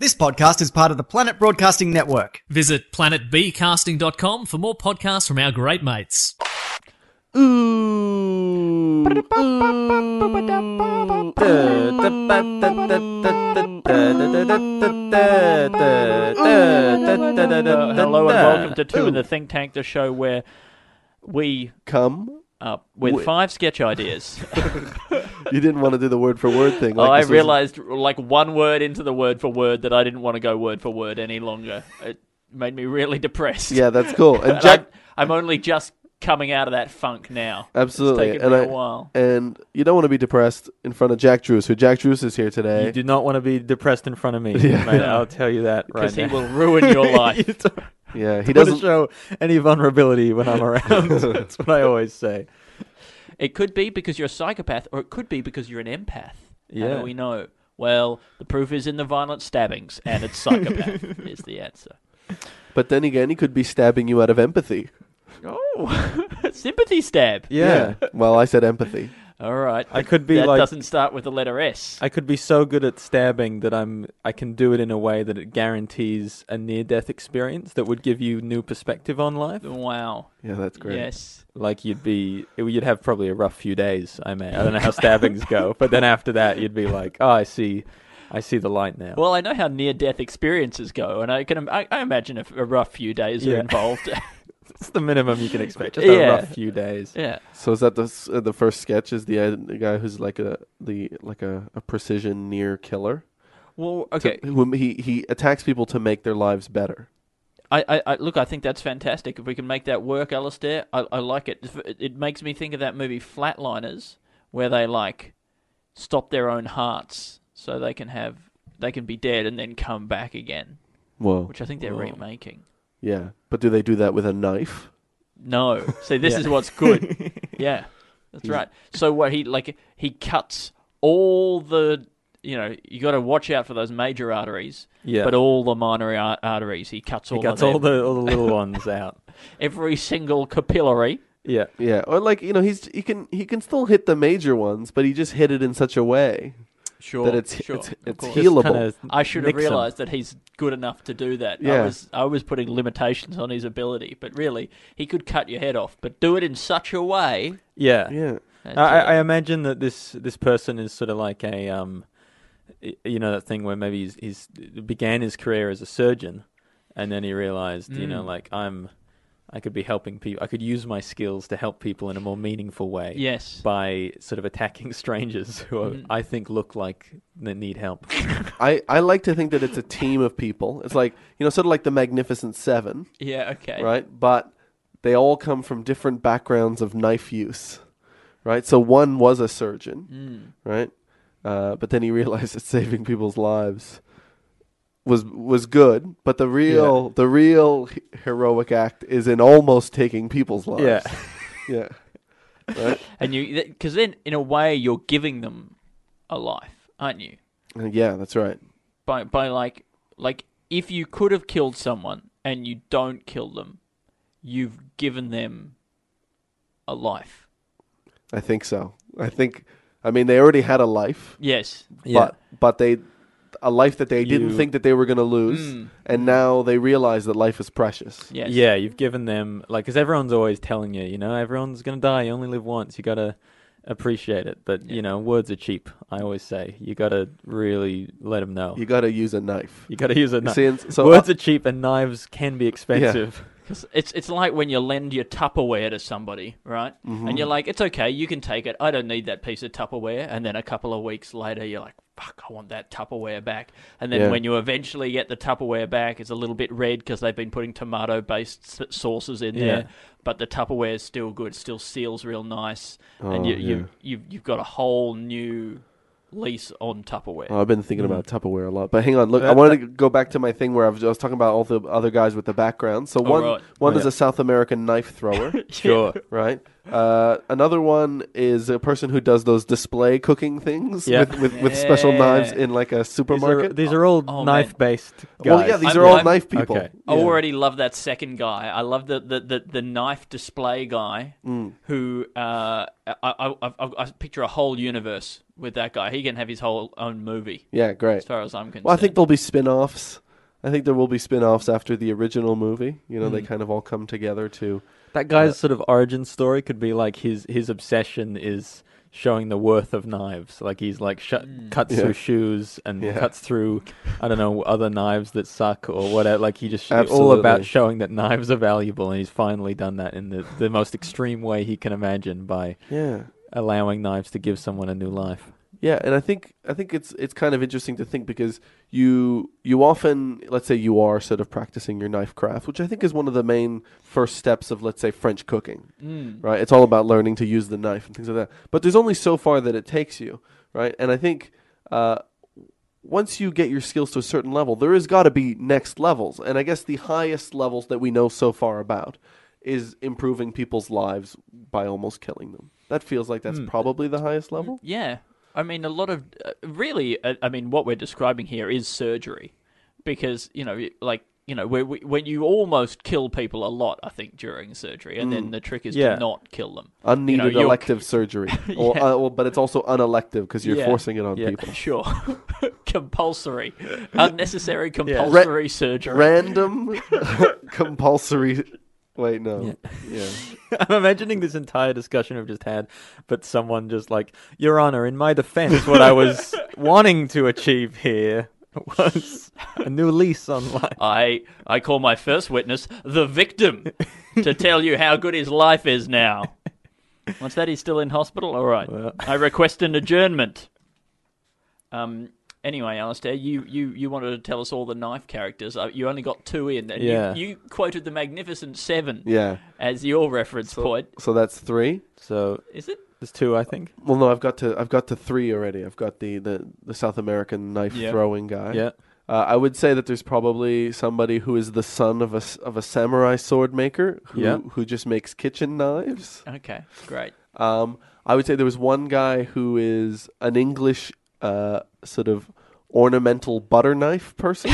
This podcast is part of the Planet Broadcasting Network. Visit planetbcasting.com for more podcasts from our great mates. Hello Hello and welcome to Two in the Think Tank, the show where we Come. up with Wi- five sketch ideas. You didn't want to do the word for word thing. like Oh, I this was- realized like one word into the word for word that I didn't want to go word for word any longer. It made me really depressed. Yeah, that's cool. And And Jack, I'm, I'm only just coming out of that funk now. absolutely. It's taken and me I- a while. and you don't want to be depressed in front of Jack Drews, who Jack Drews is here today. You do not want to be depressed in front of me. mate, I'll tell you that right Because he now. will ruin your life. You don't yeah, he want to doesn't. show any vulnerability when I'm around. That's what I always say. It could be because you're a psychopath, or it could be because you're an empath. How Yeah. do we know? Well, the proof is in the violent stabbings, and it's psychopath is the answer. But then again, he could be stabbing you out of empathy. Oh, sympathy stab. Yeah. well, I said empathy. All right. I could be that like- doesn't start with the letter S. I could be so good at stabbing that I'm I can do it in a way that it guarantees a near death experience that would give you new perspective on life. wow. Yeah, that's great. Yes. Like you'd be you'd have probably a rough few days, I may. I don't know how stabbings go, but then after that you'd be like, "Oh, I see I see the light now." Well, I know how near-death experiences go, and I can I, I imagine a, a rough few days are Yeah. involved. That's the minimum you can expect. Just Yeah. a rough few days. yeah. So is that the s- uh, the first sketch? Is the, uh, the guy who's like a the like a, a precision near killer? Well, to- okay. whom he he attacks people to make their lives better. I, I, I look. I think that's fantastic. If we can make that work, Alistair, I, I like it. If- It makes me think of that movie Flatliners, where they like stop their own hearts so they can have they can be dead and then come back again, Whoa. which I think they're Whoa. remaking. Yeah, but do they do that with a knife? No, see, this is what's good. yeah, that's right. So what he like he cuts all the you know you got to watch out for those major arteries, Yeah. but all the minor ar- arteries he cuts all He cuts of all them. the all the little ones out. every single capillary. Yeah. Yeah, or like you know he's he can he can still hit the major ones, but he just hit it in such a way Sure, that it's sure. it's, of it's course. healable. Kinda I should have mix 'em. realised that he's good enough to do that. I Yeah. was I was putting limitations on his ability, but really he could cut your head off, but do it in such a way. Yeah. Yeah, that, I, I uh, I imagine that this this person is sort of like a um, y- you know that thing where maybe he's, he's began his career as a surgeon, and then he realized you Mm. know like I'm, I could be helping people. I could use my skills to help people in a more meaningful way. yes. Mm. By sort of attacking strangers who are, I think look like they need help. I I like to think that it's a team of people. It's like you know sort of like the Magnificent Seven, Yeah. Okay. right? But they all come from different backgrounds of knife use, right? So one was a surgeon, Hmm. right? Uh, but then he realized that saving people's lives was was good, but the real the real he- heroic act is in almost taking people's lives. Yeah. yeah. Right? And you, because then in a way you're giving them a life, aren't you? Uh, Yeah, that's right. By by like like if you could have killed someone and you don't kill them, you've given them a life. I think so. I think I mean they already had a life, Yes. but but they a life that they didn't You- Hmm. think that they were going to lose Mm. and now they realize that life is precious. Yes. Yeah, you've given them like because everyone's always telling you, you know, everyone's gonna die. You only live once. You gotta appreciate it. But you know, words are cheap. I always say you gotta really let them know. You You, got to use a knife. gotta use a knife. see, and so words I- are cheap, and knives can be expensive. 'Cause It's it's like when you lend your Tupperware to somebody, right? Mm-hmm. And you're like, it's okay, you can take it. I don't need that piece of Tupperware. And then a couple of weeks later, you're like, fuck, I want that Tupperware back. And then Yeah. when you eventually get the Tupperware back, it's a little bit red because they've been putting tomato based s- sauces in Yeah. there. But the Tupperware is still good, still seals real nice. and Oh, you, yeah. you, you've, you've got a whole new lease on Tupperware. Oh, I've been thinking about Mm. Tupperware a lot, but hang on. Look, I wanted to go back to my thing where I was, I was talking about all the other guys with the background. So Oh, one, right. one Oh, is yeah. a South American knife thrower, Sure. right? Uh, another one is a person who does those display cooking things Yeah. with, with, with special Yeah. knives in like a These are, supermarket. these are all Oh, man. knife-based guys. well, yeah, these I'm- are all I'm- knife people. Okay. Oh, I already love that second guy. I love the the, the, the knife display guy Mm. who uh, I, I, I, I picture a whole universe with that guy. He can have his whole own movie, Yeah, great. as far as I'm concerned. Well, I think there'll be spin-offs. I think there will be spin-offs after the original movie. You know, they Mm. kind of all come together to That guy's sort of origin story could be like his his obsession is showing the worth of knives. Like he's like sh- cuts Yeah. through shoes and Yeah. cuts through I don't know other knives that suck or whatever. Like he just all Absolutely. about showing that knives are valuable, and he's finally done that in the the most extreme way he can imagine by yeah. allowing knives to give someone a new life. Yeah, and I think I think it's it's kind of interesting to think because you you often let's say you are sort of practicing your knife craft, which I think is one of the main first steps of let's say French cooking. Mm. Right? It's all about learning to use the knife and things like that. But there's only so far that it takes you, right? And I think uh, once you get your skills to a certain level, there has got to be next levels. And I guess the highest levels that we know so far about is improving people's lives by almost killing them. That feels like that's probably the highest level. Yeah. I mean, a lot of uh, really, uh, I mean, what we're describing here is surgery because, you know, like, you know, where we, when you almost kill people a lot, I think, during surgery, and Mm. then the trick is Yeah. to not kill them. unneeded you know, you'll- elective surgery. Or, uh, well, but it's also unelective because you're Yeah. forcing it on Yeah. people. Sure. compulsory. Unnecessary compulsory Re- surgery. Random compulsory. Wait, no. Yeah. I'm imagining this entire discussion we've just had, but someone just like, Your Honor, in my defense, what I was wanting to achieve here was a new lease on life. I I call my first witness the victim to tell you how good his life is now. Once that he's still in hospital, all right. I request an adjournment. Um. Anyway, Alistair, you, you, you wanted to tell us all the knife characters. Uh, you only got two in, and Yeah. you, you quoted the Magnificent Seven Yeah. as your reference point. So that's three. So Is it? there's two, I think. Well, no, I've got to I've got to three already. I've got the the, the South American knife Yeah. throwing guy. Yeah. Uh, I would say that there's probably somebody who is the son of a s- of a samurai sword maker who Yeah. who just makes kitchen knives. Okay, great. Um, I would say there was one guy who is an English uh, sort of ornamental butter knife person.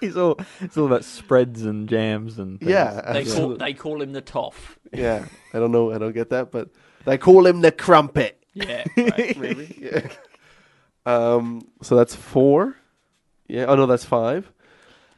It's all, it's all about spreads and jams and things. yeah, They call, absolutely. they call him the Toff. yeah. I don't know. I don't get that, but they call him the crumpet. Yeah, great. Maybe. yeah. Um. So that's four. Yeah. Oh no, that's five.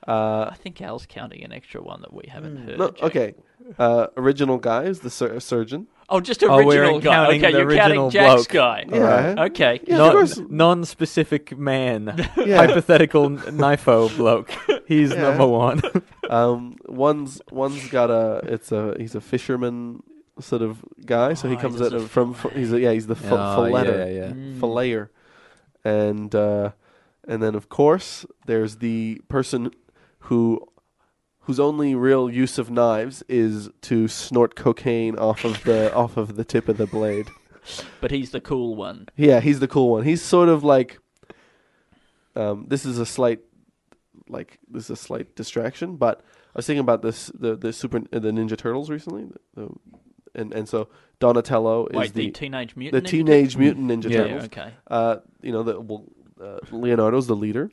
Uh. I think Al's counting an extra one that we haven't heard. No. Jack. Okay. Uh. Original guy is the sur- surgeon. Oh, just original Oh, we're guy. counting Okay, the you're counting original Jack's bloke. guy. Yeah. Okay. Yeah, of Non, course. non-specific man, Yeah. hypothetical n- knifo bloke. He's Yeah. number one. Um, one's one's got a it's a he's a fisherman sort of guy, so he Ah, comes he's at a it from f- he's a, yeah he's the f- Oh, yeah, filletter, yeah, yeah. filleter, and uh, and then of course there's the person who whose only real use of knives is to snort cocaine off of the off of the tip of the blade. But he's the cool one. Yeah, he's the cool one. He's sort of like um, this is a slight like this is a slight distraction, but I was thinking about this the the super uh, the Ninja Turtles recently, the, the- and and so Donatello is Wait, the, the teenage the mutant. Ninja teenage mutant Ninja Yeah. Turtles? Turtles. Yeah, okay. Uh, you know that well, uh, Leonardo's the leader.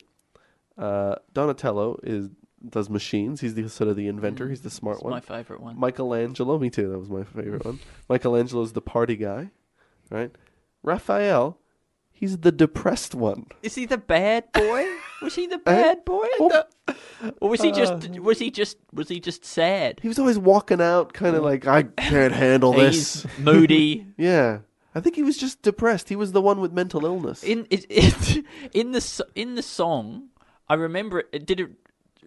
Uh, Donatello is does machines. He's the sort of the inventor. He's the smart Mm, It's one. my favorite one. Michelangelo, me too. That was my favorite one. Michelangelo's the party guy, right? Raphael, he's the depressed one. Is he the bad boy? was he Eh? the bad boy? Oh, or was he just? Uh. Was he just? Was he just sad? He was always walking out, kind of like I can't handle this. He's moody. Yeah, I think he was just depressed. He was the one with mental illness. In it, it, in the so- in the song, I remember it. it Did it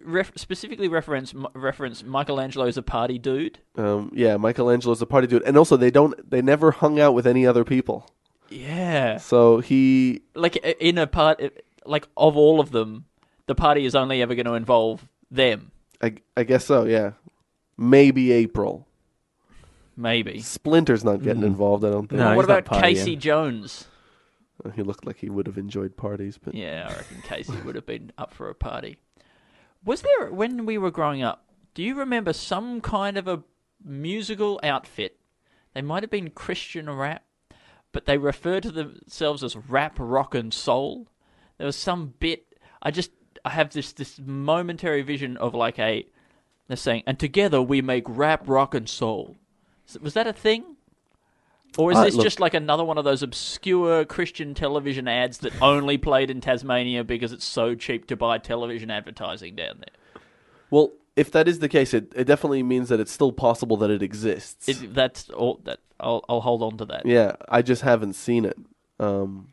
ref, specifically reference reference Michelangelo's a party dude? um, yeah, Michelangelo's the party dude, and also they don't they never hung out with any other people. Yeah. So he like i- in a part like of all of them the party is only ever going to involve them I, I guess so, yeah. Maybe April. maybe Splinter's not getting involved, I don't think. No, Mm. what he's not about partying. casey jones He looked like he would have enjoyed parties, but Yeah, I reckon Casey would have been up for a party. Was there when we were growing up? Do you remember some kind of a musical outfit? They might have been Christian rap, but they referred to themselves as rap, rock, and soul. There was some bit. I just I have this this momentary vision of like a they're saying, and together we make rap, rock, and soul. Is- Was that a thing? Or is Uh, this look- just like another one of those obscure Christian television ads that only played in Tasmania because it's so cheap to buy television advertising down there? well, if that is the case, it, it definitely means that it's still possible that it exists. It, that's all. That I'll, I'll hold on to that. yeah, I just haven't seen it. Um,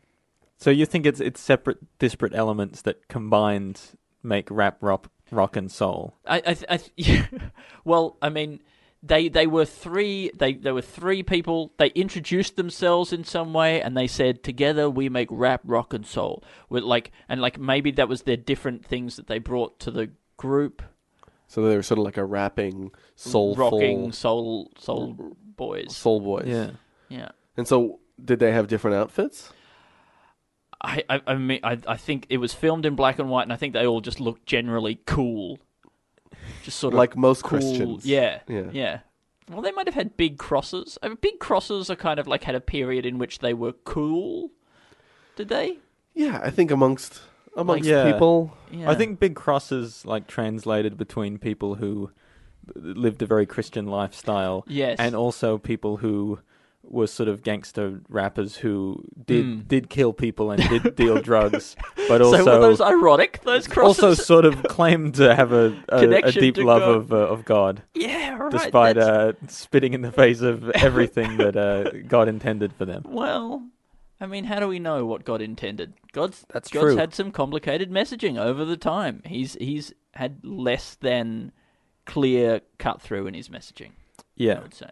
So you think it's it's separate, disparate elements that combined make rap, rock, rock and soul. I, I, th- I th- well, I mean, they they were three. They there were three people. They introduced themselves in some way, and they said, "Together we make rap, rock, and soul." With like, and like maybe that was their different things that they brought to the group. so they were sort of like a rapping, soulful, rocking soul soul boys. soul boys. Yeah. Yeah. And so, did they have different outfits? I, I, I mean, I, I think it was filmed in black and white, and I think they all just looked generally cool, just sort of Like most cool. Christians. Yeah, Yeah. yeah. Well, they might have had big crosses. I mean, big crosses are kind of like had a period in which they were cool. Did they? Yeah, I think amongst amongst Yeah. people, Yeah. I think big crosses like translated between people who lived a very Christian lifestyle, Yes. and also people who were sort of gangster rappers who did did kill people and did deal drugs, but Hmm. so. also were those ironic? Those crosses. also sort of claimed to have a, a, a Connection deep to love God. of uh, of God, yeah, right. despite that's- uh, spitting in the face of everything that uh, God intended for them. Well, I mean, how do we know what God intended? God's That's God's true. had some complicated messaging over the time. He's he's had less than clear cut through in his messaging. I Yeah, would say.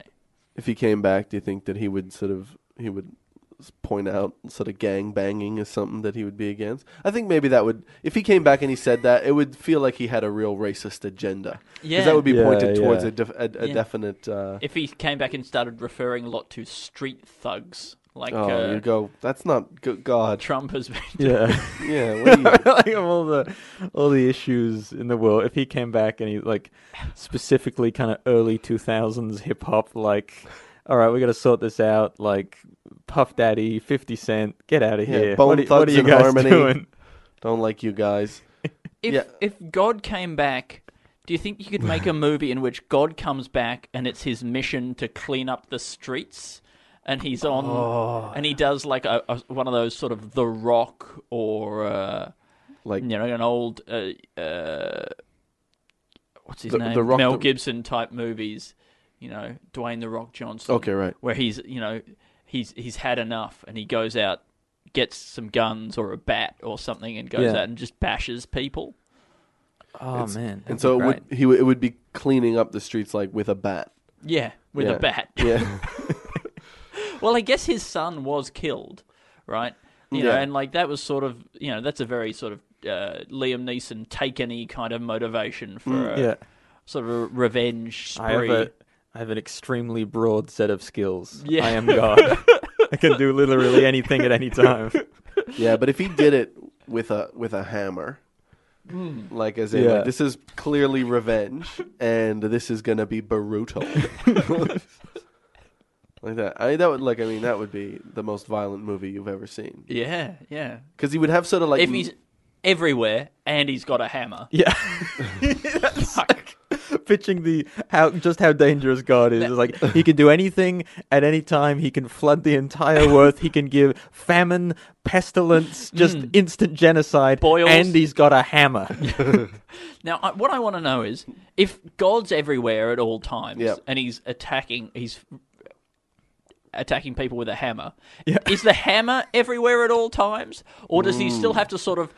if he came back, do you think that he would sort of he would s- point out sort of gang banging as something that he would be against? I think maybe that would if he came back and he said that, it would feel like he had a real racist agenda because Yeah. that would be Yeah, pointed towards yeah. a, def- a, a Yeah. definite. Uh, If he came back and started referring a lot to street thugs, like oh, uh, you go. That's not good. God. Trump has been. yeah. Yeah. What are you, like of all the all the issues in the world, if he came back and he like specifically kind of early two thousands hip hop, like, all right, we got to sort this out. Like, Puff Daddy, Fifty Cent, get out of Yeah, here. Bone what, are- what Thugs are you and guys Harmony. doing? don't like you guys. If Yeah. if God came back, do you think you could make a movie in which God comes back and it's his mission to clean up the streets, and he's on, Oh. and he does like a, a one of those sort of The Rock or uh, Like you know an old uh, uh, what's his The- name The Rock- Mel The- Gibson type movies, you know Dwayne The Rock Johnson. okay, right. where he's you know he's he's had enough and he goes out gets some guns or a bat or something and goes Yeah. out and just bashes people Oh man, And so it would he w- it would be cleaning up the streets like with a bat. yeah with Yeah. a bat Yeah. well i guess his son was killed right you know Yeah. and like that was sort of you know that's a very sort of uh, liam neeson take any kind of motivation for a, Mm, yeah, sort of a revenge spree I have a I have an extremely broad set of skills. Yeah. I am God. I can do literally anything at any time. Yeah, but if he did it with a with a hammer, like as in, like, Yeah. this is clearly revenge, and this is gonna be brutal, like that. I that would like I mean that would be the most violent movie you've ever seen yeah yeah because he would have sort of like if he's everywhere and he's got a hammer Yeah. Fuck. pitching the how just how dangerous God is. It's like he can do anything at any time. He can flood the entire earth. He can give famine, pestilence, just instant genocide. Hmm. Boils. And he's got a hammer. Now, I, what I want to know is if God's everywhere at all times Yep. and he's attacking, he's attacking people with a hammer. Is the hammer everywhere at all times, or does he still have to sort of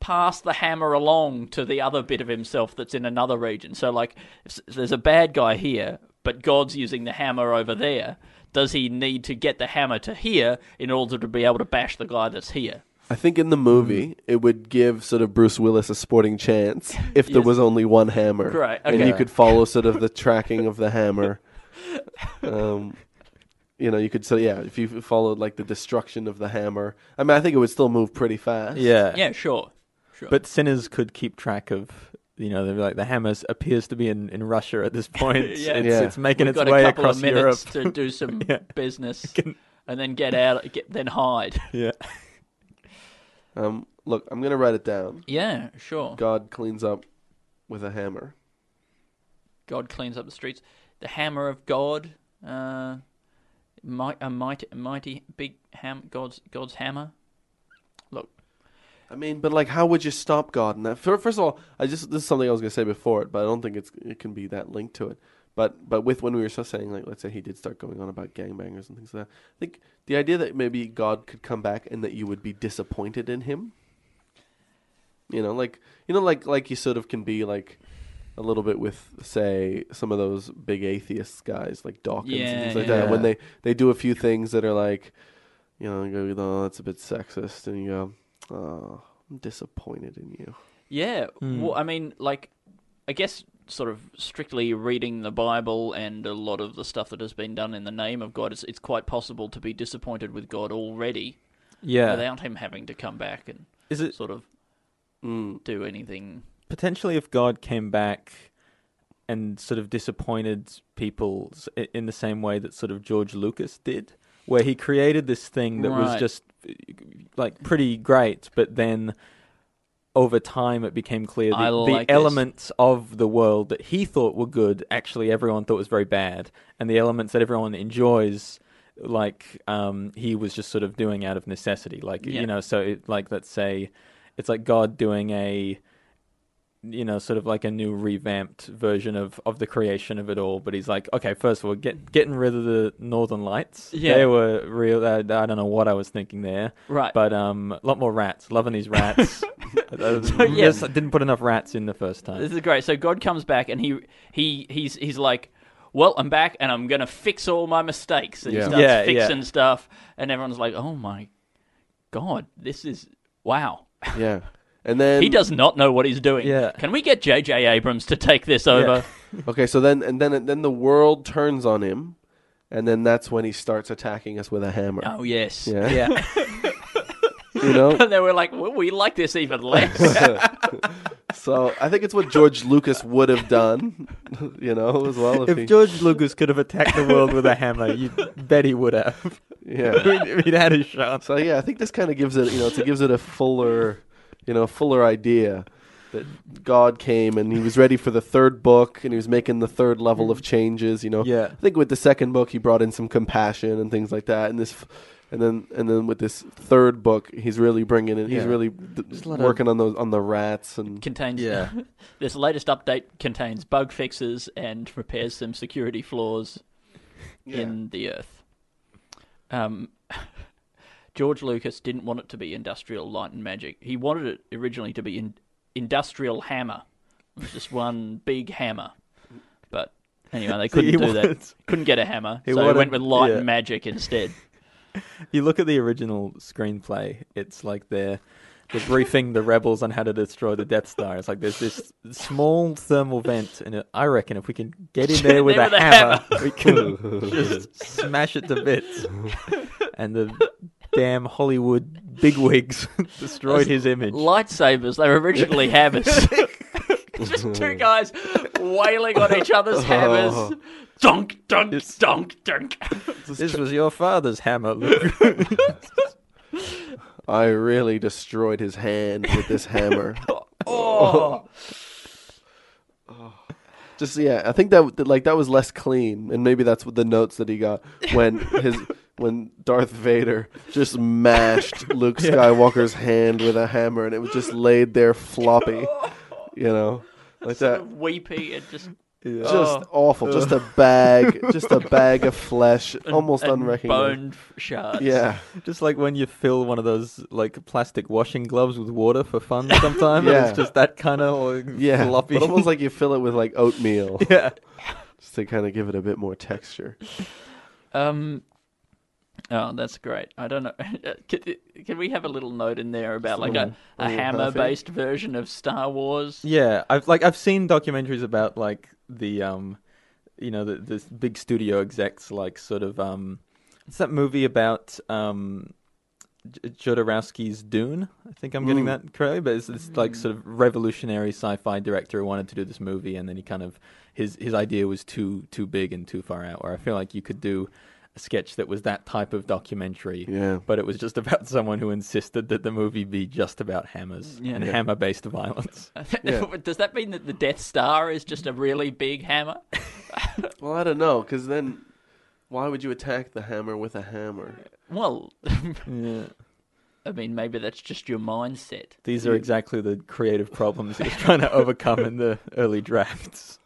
pass the hammer along to the other bit of himself that's in another region? So, like, if s- there's a bad guy here, but God's using the hammer over there. Does he need to get the hammer to here in order to be able to bash the guy that's here? I think in the Mm. movie it would give sort of Bruce Willis a sporting chance if there Yes. was only one hammer, Right, and okay. you could follow sort of the tracking of the hammer. Um, you know, you could say, yeah, if you followed like the destruction of the hammer. I mean, I think it would still move pretty fast. Yeah. Yeah, sure. Sure. But sinners could keep track of, you know, they'd be like the hammer appears to be in, in Russia at this point. Yeah. It's, Yeah. it's making We've its got way a couple across of Europe. minutes to do some Yeah. business Can- and then get out, get, then hide. yeah. Um, look, I'm gonna write it down. Yeah, sure. God cleans up with a hammer. God cleans up the streets. The hammer of God, uh, might, a mighty, mighty big ham, God's God's hammer. Look, I mean, but like, how would you stop God in that? Fir- First of all, I just this is something I was gonna say before it, but I don't think it's it can be that linked to it. But but with when we were so saying like, let's say he did start going on about gangbangers and things like that. I think the idea that maybe God could come back and that you would be disappointed in him. You know, like you know, like like you sort of can be like a little bit with say some of those big atheist guys like Dawkins and Yeah, things like yeah. that when they they do a few things that are like, you know, you go, oh, that's a bit sexist, and you go. Oh, I'm disappointed in you. yeah. Hmm. Well, I mean, like, I guess sort of strictly reading the Bible and a lot of the stuff that has been done in the name of God, it's, it's quite possible to be disappointed with God already Yeah. without him having to come back and Is it sort of Mm. do anything. potentially if God came back and sort of disappointed people s- i- in the same way that sort of George Lucas did, where he created this thing that was Right. just uh, like pretty great, but then over time it became clear the, I like the this. elements of the world that he thought were good actually everyone thought was very bad, and the elements that everyone enjoys. Like um, he was just sort of doing out of necessity, like Yeah. you know. So, it, like, let's say it's like God doing a you know, sort of like a new revamped version of, of the creation of it all. But he's like, okay, first of all, get getting rid of the Northern Lights. Yeah. they were real. I, I don't know what I was thinking there, Right. but um, a lot more rats. Loving these rats. yes. yes, I didn't put enough rats in the first time. This is great. So God comes back and he he he's he's like, "Well, I'm back and I'm gonna fix all my mistakes." And Yeah. he starts Yeah, yeah. fixing stuff, and everyone's like, "Oh my god, this is wow." Yeah, and then He does not know what he's doing. Yeah. Can we get J.J. Abrams to take this over? Okay, so then and then and then the world turns on him, and then that's when he starts attacking us with a hammer. Oh yes. Yeah, yeah, you know. And then we're like, well, we like this even less. so I think it's what George Lucas would have done, you know, as well. If, he, if George Lucas could have attacked the world with a hammer, you bet he would have. yeah. He'd had his chance. So yeah, I think this kind of gives it, you know, it gives it a fuller, you know, fuller idea that God came and he was ready for the third book and he was making the third level of changes, you know. Yeah. I think with the second book he brought in some compassion and things like that and this f- and then and then with this third book he's really bringing in he's Yeah. really d- a lot working on those on the rats and contains Mm. Yeah. this latest update contains bug fixes and repairs some security flaws in the earth. Um, George Lucas didn't want it to be industrial light and magic. He wanted it originally to be in, industrial hammer, It was just one big hammer. But anyway, they couldn't he do wanted- that. Couldn't get a hammer, He so he wanted- went with light yeah. and magic instead. you look at the original screenplay, it's like they're they're briefing the rebels on how to destroy the Death Star. It's like there's this small thermal vent, and it- I reckon if we can get in there with, There a, with a hammer, we can just smash it to bits. And the damn Hollywood bigwigs destroyed his image. Lightsabers, they were originally hammers. Just two guys wailing on each other's Oh. hammers. Dunk, dunk, dunk, dunk. This was your father's hammer, Luke. I really destroyed his hand with this hammer. Oh, Just yeah, I think that that, like that was less clean, and maybe that's what the notes that he got when his when Darth Vader just mashed Luke Skywalker's hand with a hammer, and it was just laid there floppy, you know, like that. weepy and just Just awful, just a bag, just a bag of flesh, almost unrecognizable. boned shards. Yeah, Just like when you fill one of those like plastic washing gloves with water for fun sometime, and Yeah. it's just that kind of like, yeah, floppy. but almost like you fill it with like oatmeal, yeah. just to kind of give it a bit more texture. Um. Oh, that's great. I don't know. Can, can we have a little note in there about like Mm. a, a little hammer-based version of Star Wars? Yeah, I've like I've seen documentaries about like the um, you know, the, the big studio execs like sort of um, It's that movie about um, J- Jodorowsky's Dune. I think I'm getting Mm. that correctly, but it's this like sort of revolutionary sci-fi director who wanted to do this movie, and then he kind of his his idea was too too big and too far out. Where I feel like you could do a sketch that was that type of documentary, Yeah. but it was just about someone who insisted that the movie be just about hammers Yeah. and Yeah. hammer-based violence. Yeah. Does that mean that the Death Star is just a really big hammer? Well, I don't know, because then why would you attack the hammer with a hammer? Well, yeah. I mean, maybe that's just your mindset. These are exactly the creative problems he was trying to overcome in the early drafts.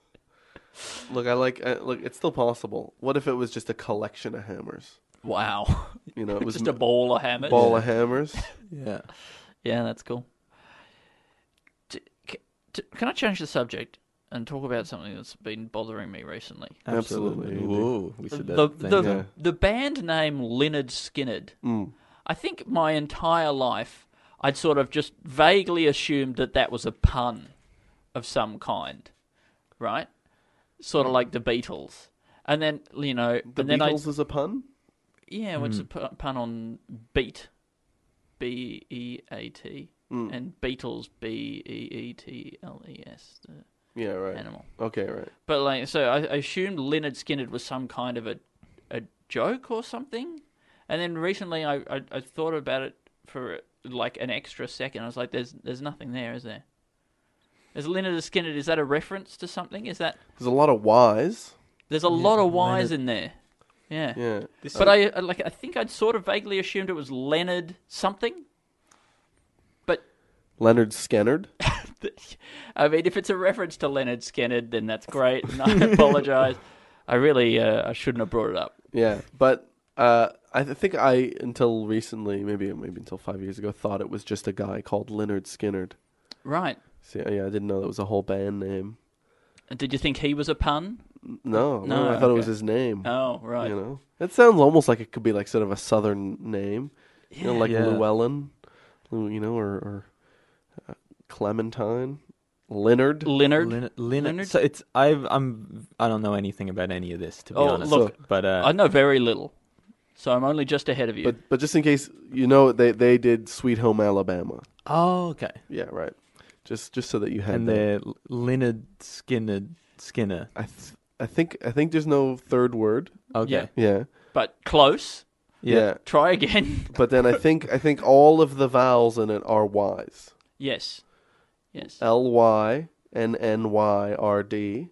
Look, I like I, look. It's still possible. What if it was just a collection of hammers? Wow, You know, it was just a ball of hammers. ball of hammers. Yeah. Yeah, that's cool. D- c- d- Can I change the subject and talk about something that's been bothering me recently? Absolutely, Andy. Whoa, we should The thing. the, Yeah. the band name Leonard Skinnard. Mm. I think my entire life I'd sort of just vaguely assumed that that was a pun of some kind, right? Sort of like the Beatles. And then you know, Mm. The and then I Beatles is a pun. yeah, well, it's a pu- pun on beat, B E A T, Mm. and Beatles B E E T L E S, the Yeah, right. animal. Okay, right. But like, so I, I assumed Leonard Skinner was some kind of a, a joke or something. And then recently, I, I, I thought about it for like an extra second. I was like, "There's there's nothing there, is there? Is Leonard Skinner? Is that a reference to something? Is that There's a lot of whys. there's a lot of Y's in there? Yeah. Yeah. But I I- like I think I'd sort of vaguely assumed it was Leonard something. But Leonard Skennard. I mean, if it's a reference to Leonard Skinner, then that's great. And I apologize. I really uh, I shouldn't have brought it up. Yeah, but uh, I th- think I until recently, maybe maybe until five years ago, thought it was just a guy called Leonard Skinnard. Right. See, yeah, I didn't know that was a whole band name. And Did you think he was a pun? No, no, No, I thought it was okay. his name. Oh, right. You know, it sounds almost like it could be like sort of a southern name, you know, like Yeah. Llewellyn, Lu- you know, or, or uh, Clementine, Leonard. Leonard. Leonard, Leonard. Leonard? So it's I've I'm I don't know anything about any of this to be Oh, honest. look, but uh, I know very little, so I'm only just ahead of you. But but just in case you know, they they did Sweet Home Alabama. oh okay. Yeah, right. Just just so that you had And that. they're L- Leonard Skinner Skinner. I th- I think I think there's no third word. Okay. Yeah. Yeah. But close. Yeah. Try again. But then I think I think all of the vowels in it are Y's. yes. Yes. L Y N N Y R D.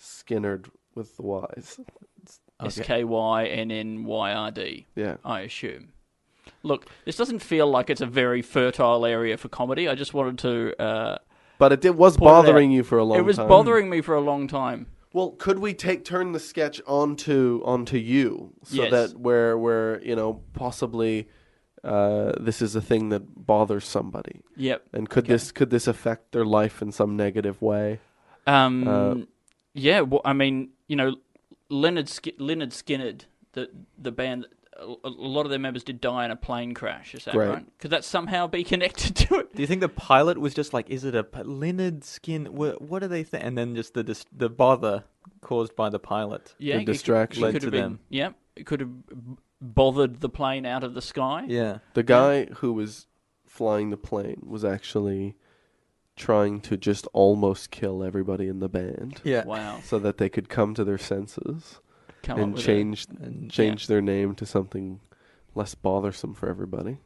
Skinnered with the Y's. S K Y N N Y R D. Yeah. I assume. Look, this doesn't feel like it's a very fertile area for comedy. I just wanted to. Uh, But it did, was Point it out. bothering you for a long time. it was bothering me for a long time. Well, could we take turn the sketch onto onto you so Yes. that where where you know possibly uh, this is a thing that bothers somebody, Yep. and could this could this affect their life in some negative way? Um, Uh, yeah, well, I mean, you know, Leonard Sk- Leonard Skinner, the the band, a a lot of their members did die in a plane crash. Is that Great. right? Could that somehow be connected to it? Do you think the pilot was just like, is it a pi- Leonard Skin? What, what are they? Th-? And then just the dis- the bother caused by the pilot. Yeah, The it could- distraction. it Led could have to been. them. Yeah, it could have b- bothered the plane out of the sky. Yeah. The guy who was flying the plane was actually trying to just almost kill everybody in the band Yeah. Wow. so that they could come to their senses Come up and with a- change And change their name to something less bothersome for everybody.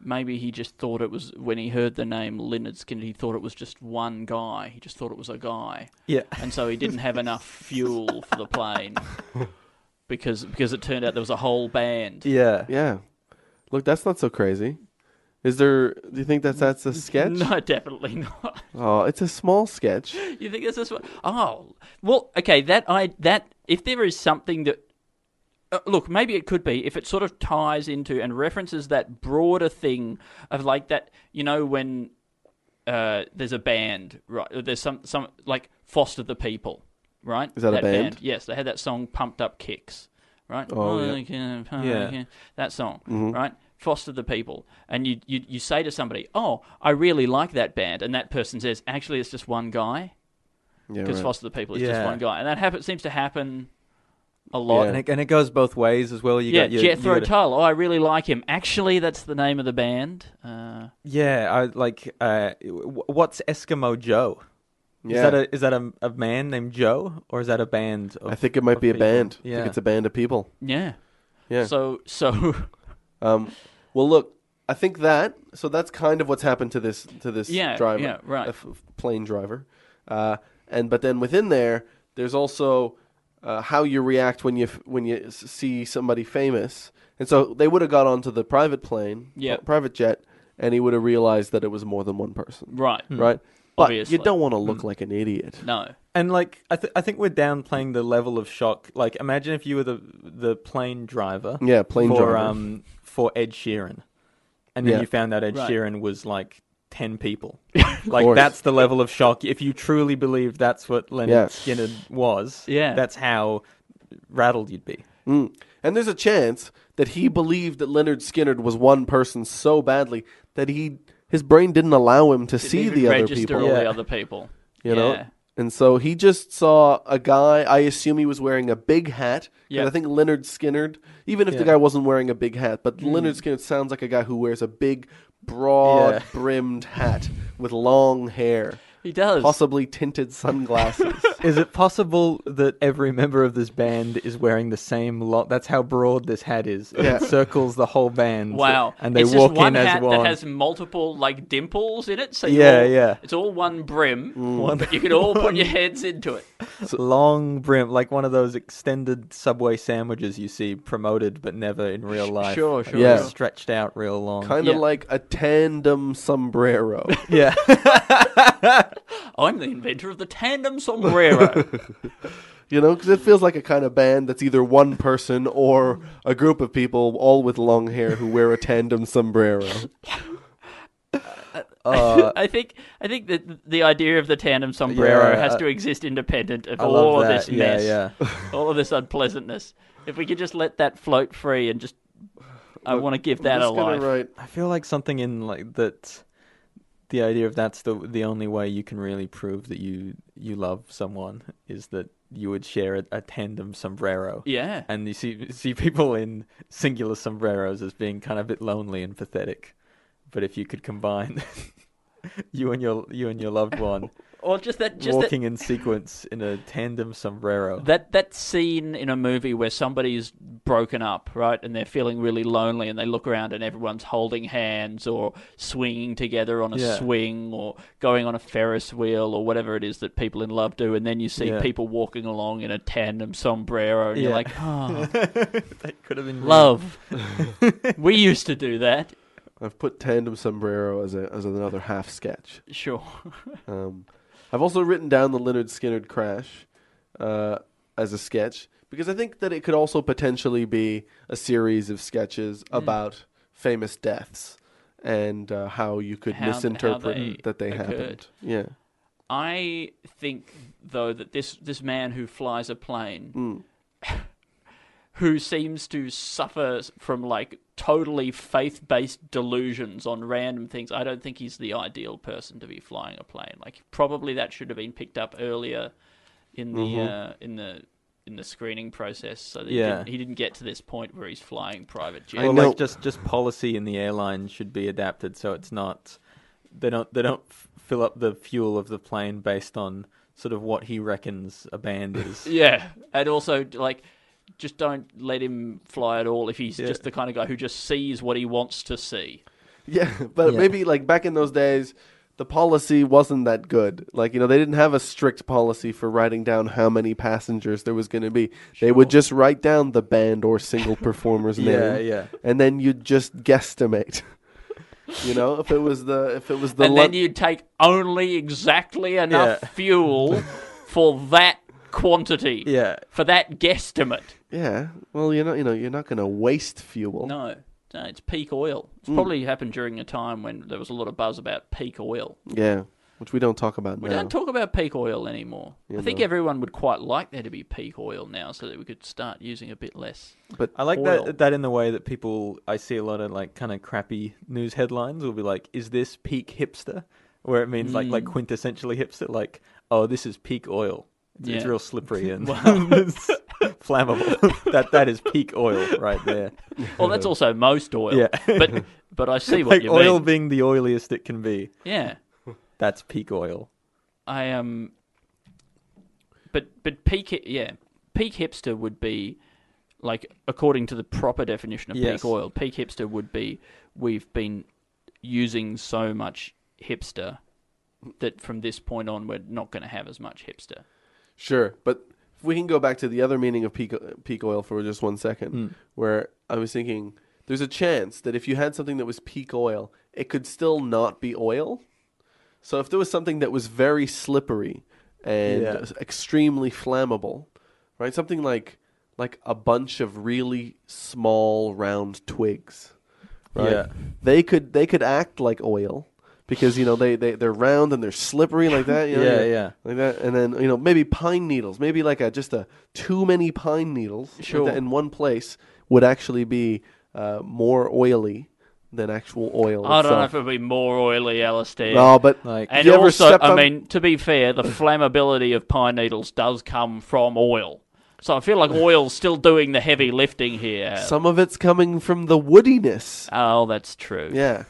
Maybe he just thought it was when he heard the name Leonard Skinner, he thought it was just one guy. He just thought it was a guy. yeah. and so he didn't have enough fuel for the plane because because it turned out there was a whole band. Yeah. Yeah. Look, that's not so crazy. Is there do you think that that's a sketch? No, definitely not. Oh, it's a small sketch. You think this is what? Oh, well, okay. That I that if there is something that. Uh, look, maybe it could be if it sort of ties into and references that broader thing of like that, you know, when uh, there's a band, right? or There's some some like Foster the People, right? Is that a band? Yes, they had that song "Pumped Up Kicks," right? uh, Oh, yeah. Mm-hmm. yeah. Yeah. that song, right? Foster the people, and you, you you say to somebody, "Oh, I really like that band," and that person says, "Actually, it's just one guy." Yeah. because right. Foster the People is just Yeah. one guy, and that happen, seems to happen a lot. and, it, and it goes both ways as well. You yeah, got your, Jethro you got- Tull. Oh, I really like him. Actually, that's the name of the band. Uh, Yeah, I like. Uh, w- what's Eskimo Joe? Is Yeah. that a is that a, a man named Joe or is that a band? Of, I think it might of be a people? band. I Yeah, think it's a band of people. yeah. Yeah. So, so Um, well, look, I think that so that's kind of what's happened to this to this Yeah, driver, yeah, right. a f- f- plane driver, uh, and but then within there, there's also uh, how you react when you f- when you s- see somebody famous, and so they would have got onto the private plane, Yeah. pri- private jet, and he would have realized that it was more than one person, right. Hmm. Hmm. right? But Obviously. Hmm. you don't want to look like an idiot. No. and like I th- I think we're downplaying the level of shock. Like imagine if you were the the plane driver. Yeah, plane for, driver. Um, for Ed Sheeran, and then Yeah. you found out Ed Right. Sheeran was like ten people. like course. that's the level of shock. If you truly believed that's what Leonard Yeah. Skinner was, Yeah. that's how rattled you'd be. Mm. And there's a chance that he believed that Leonard Skinner was one person so badly that he his brain didn't allow him to see Didn't even the other register people. all the Yeah. other people. You know? Yeah. And so he just saw a guy, I assume he was wearing a big hat. Yeah. Yeah. I think Leonard Skinner, even if the Yeah. guy wasn't wearing a big hat, Mm-hmm. but Leonard Skinner sounds like a guy who wears a big, broad Yeah. brimmed hat with long hair, He does. possibly tinted sunglasses. Is it possible that every member of this band is wearing the same lot? That's how broad this hat is. Yeah. It circles the whole band. Wow. And they it's walk just one in hat as one. that has multiple like dimples in it. So you Yeah, all- yeah. Mm. It's all one brim, but you can all put your heads into it. long brim, like one of those extended Subway sandwiches you see promoted but never in real life. sure, Like, sure, they're sure. Stretched out real long. kind of Yeah. like a tandem sombrero. yeah. I'm the inventor of the tandem sombrero. You know, because it feels like a kind of band that's either one person or a group of people, all with long hair, who wear a tandem sombrero. Uh, I think I think that the idea of the tandem sombrero Yeah, has I- to exist independent of I love all of that. Oh, this Yeah, mess, yeah. all of this unpleasantness. If we could just let that float free and just, I want to give that a Just gonna life. write- I feel like something in like that. The idea of that's the the only way you can really prove that you you love someone is that you would share a, a tandem sombrero. Yeah. and you see see people in singular sombreros as being kind of a bit lonely and pathetic. But if you could combine you and your you and your loved one Or just that just that, walking in sequence in a tandem sombrero. that that scene in a movie where somebody's broken up, right, and they're feeling really lonely, and they look around and everyone's holding hands or swinging together on a Yeah. swing or going on a Ferris wheel or whatever it is that people in love do, and then you see Yeah. people walking along in a tandem sombrero, and you're Yeah. like, oh, that could have been me. love. we used to do that. I've put tandem sombrero as a as another half sketch. Sure. Um, I've also written down the Leonard Skinner crash uh, as a sketch because I think that it could also potentially be a series of sketches Hmm. about famous deaths and uh, how you could How- how misinterpret they that they occurred. happened. Yeah. I think though that this this man who flies a plane, who seems to suffer from like totally faith based delusions on random things, I don't think he's the ideal person to be flying a plane. Like probably that should have been picked up earlier in the uh, in the in the screening process, so that Yeah. he, didn't, he didn't get to this point where he's flying private jet. Or know- like just just policy in the airline should be adapted so it's not they don't they don't f- fill up the fuel of the plane based on sort of what he reckons a band is. Yeah, and also like, just don't let him fly at all if he's Yeah. just the kind of guy who just sees what he wants to see. Yeah, but Yeah. maybe like back in those days, the policy wasn't that good. Like you know, they didn't have a strict policy for writing down how many passengers there was going to be. They would just write down the band or single performer's Yeah, name. yeah. and then you'd just guesstimate. you know, if it was the if it was the and Lon- then you take only exactly enough Yeah. fuel for that quantity. Yeah. For that guesstimate. yeah. Well, you know, you know, you're not going to waste fuel. No. No, it's peak oil. It's Mm. probably happened during a time when there was a lot of buzz about peak oil. Yeah, which we don't talk about We now. don't talk about peak oil anymore. I think everyone would quite like there to be peak oil now so that we could start using a bit less. I like Oil. that that in the way that people I see a lot of like kind of crappy news headlines will be like, "Is this peak hipster?" Where it means like like Mm. quintessentially hipster, like, "Oh, this is peak oil. It's, it's Yeah. real slippery and flammable. that that is peak oil right there. Well, that's also most oil. Yeah. but but I see what Like you oil mean. being the oiliest it can be. Yeah, That's peak oil. I um. But but peak hi- yeah peak hipster would be like according to the proper definition of Yes. peak oil. Peak hipster would be we've been using so much hipster that from this point on we're not going to have as much hipster. Sure, but if we can go back to the other meaning of peak peak oil for just one second, Hmm. where I was thinking there's a chance that if you had something that was peak oil, it could still not be oil. So if there was something that was very slippery and Yeah. extremely flammable, right? Something like like a bunch of really small round twigs, right? Yeah. They could they could act like oil because you know they they they're round and they're slippery like that. You know, Yeah, you- yeah. like that, and then you know maybe pine needles, maybe like a just a too many pine needles like Sure. that in one place would actually be uh, more oily than actual oil. I don't know if itself. it'd be more oily, Alistair. no, but Like And You ever also, stepped I on- mean, to be fair, the flammability of pine needles does come from oil. So I feel like oil's still doing the heavy lifting here. some of it's coming from the woodiness. oh, that's true. Yeah,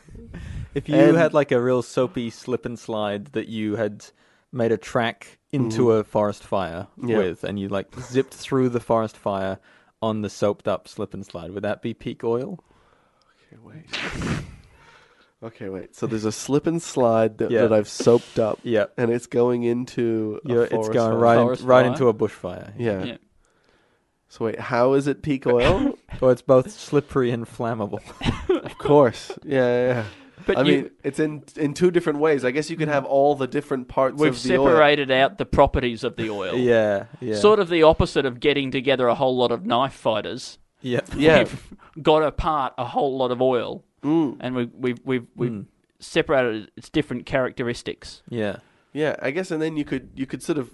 If you And- had like a real soapy slip and slide that you had made a track into a forest fire Mm-hmm. Yeah. with, and you like zipped through the forest fire on the soaped up slip and slide, would that be peak oil? Okay, wait. Okay, wait. So there's a slip and slide that, Yeah. that I've soaped up. Yeah. And it's going into a You're, it's forest going fire. right, in- Forest right fire? into a bushfire. Yeah. Yeah. So wait, how is it peak oil? Well, it's both slippery and flammable. of course. Yeah, yeah. yeah. But I you, mean, it's in in two different ways. I guess you can have all the different parts we've of the oil. separated out the properties of the oil. yeah, yeah. Sort of the opposite of getting together a whole lot of knife fighters. Yeah. Yeah. We've got apart a whole lot of oil, Mm. and we've we've we've, we've separated its different characteristics. Yeah. Yeah, I guess, and then you could you could sort of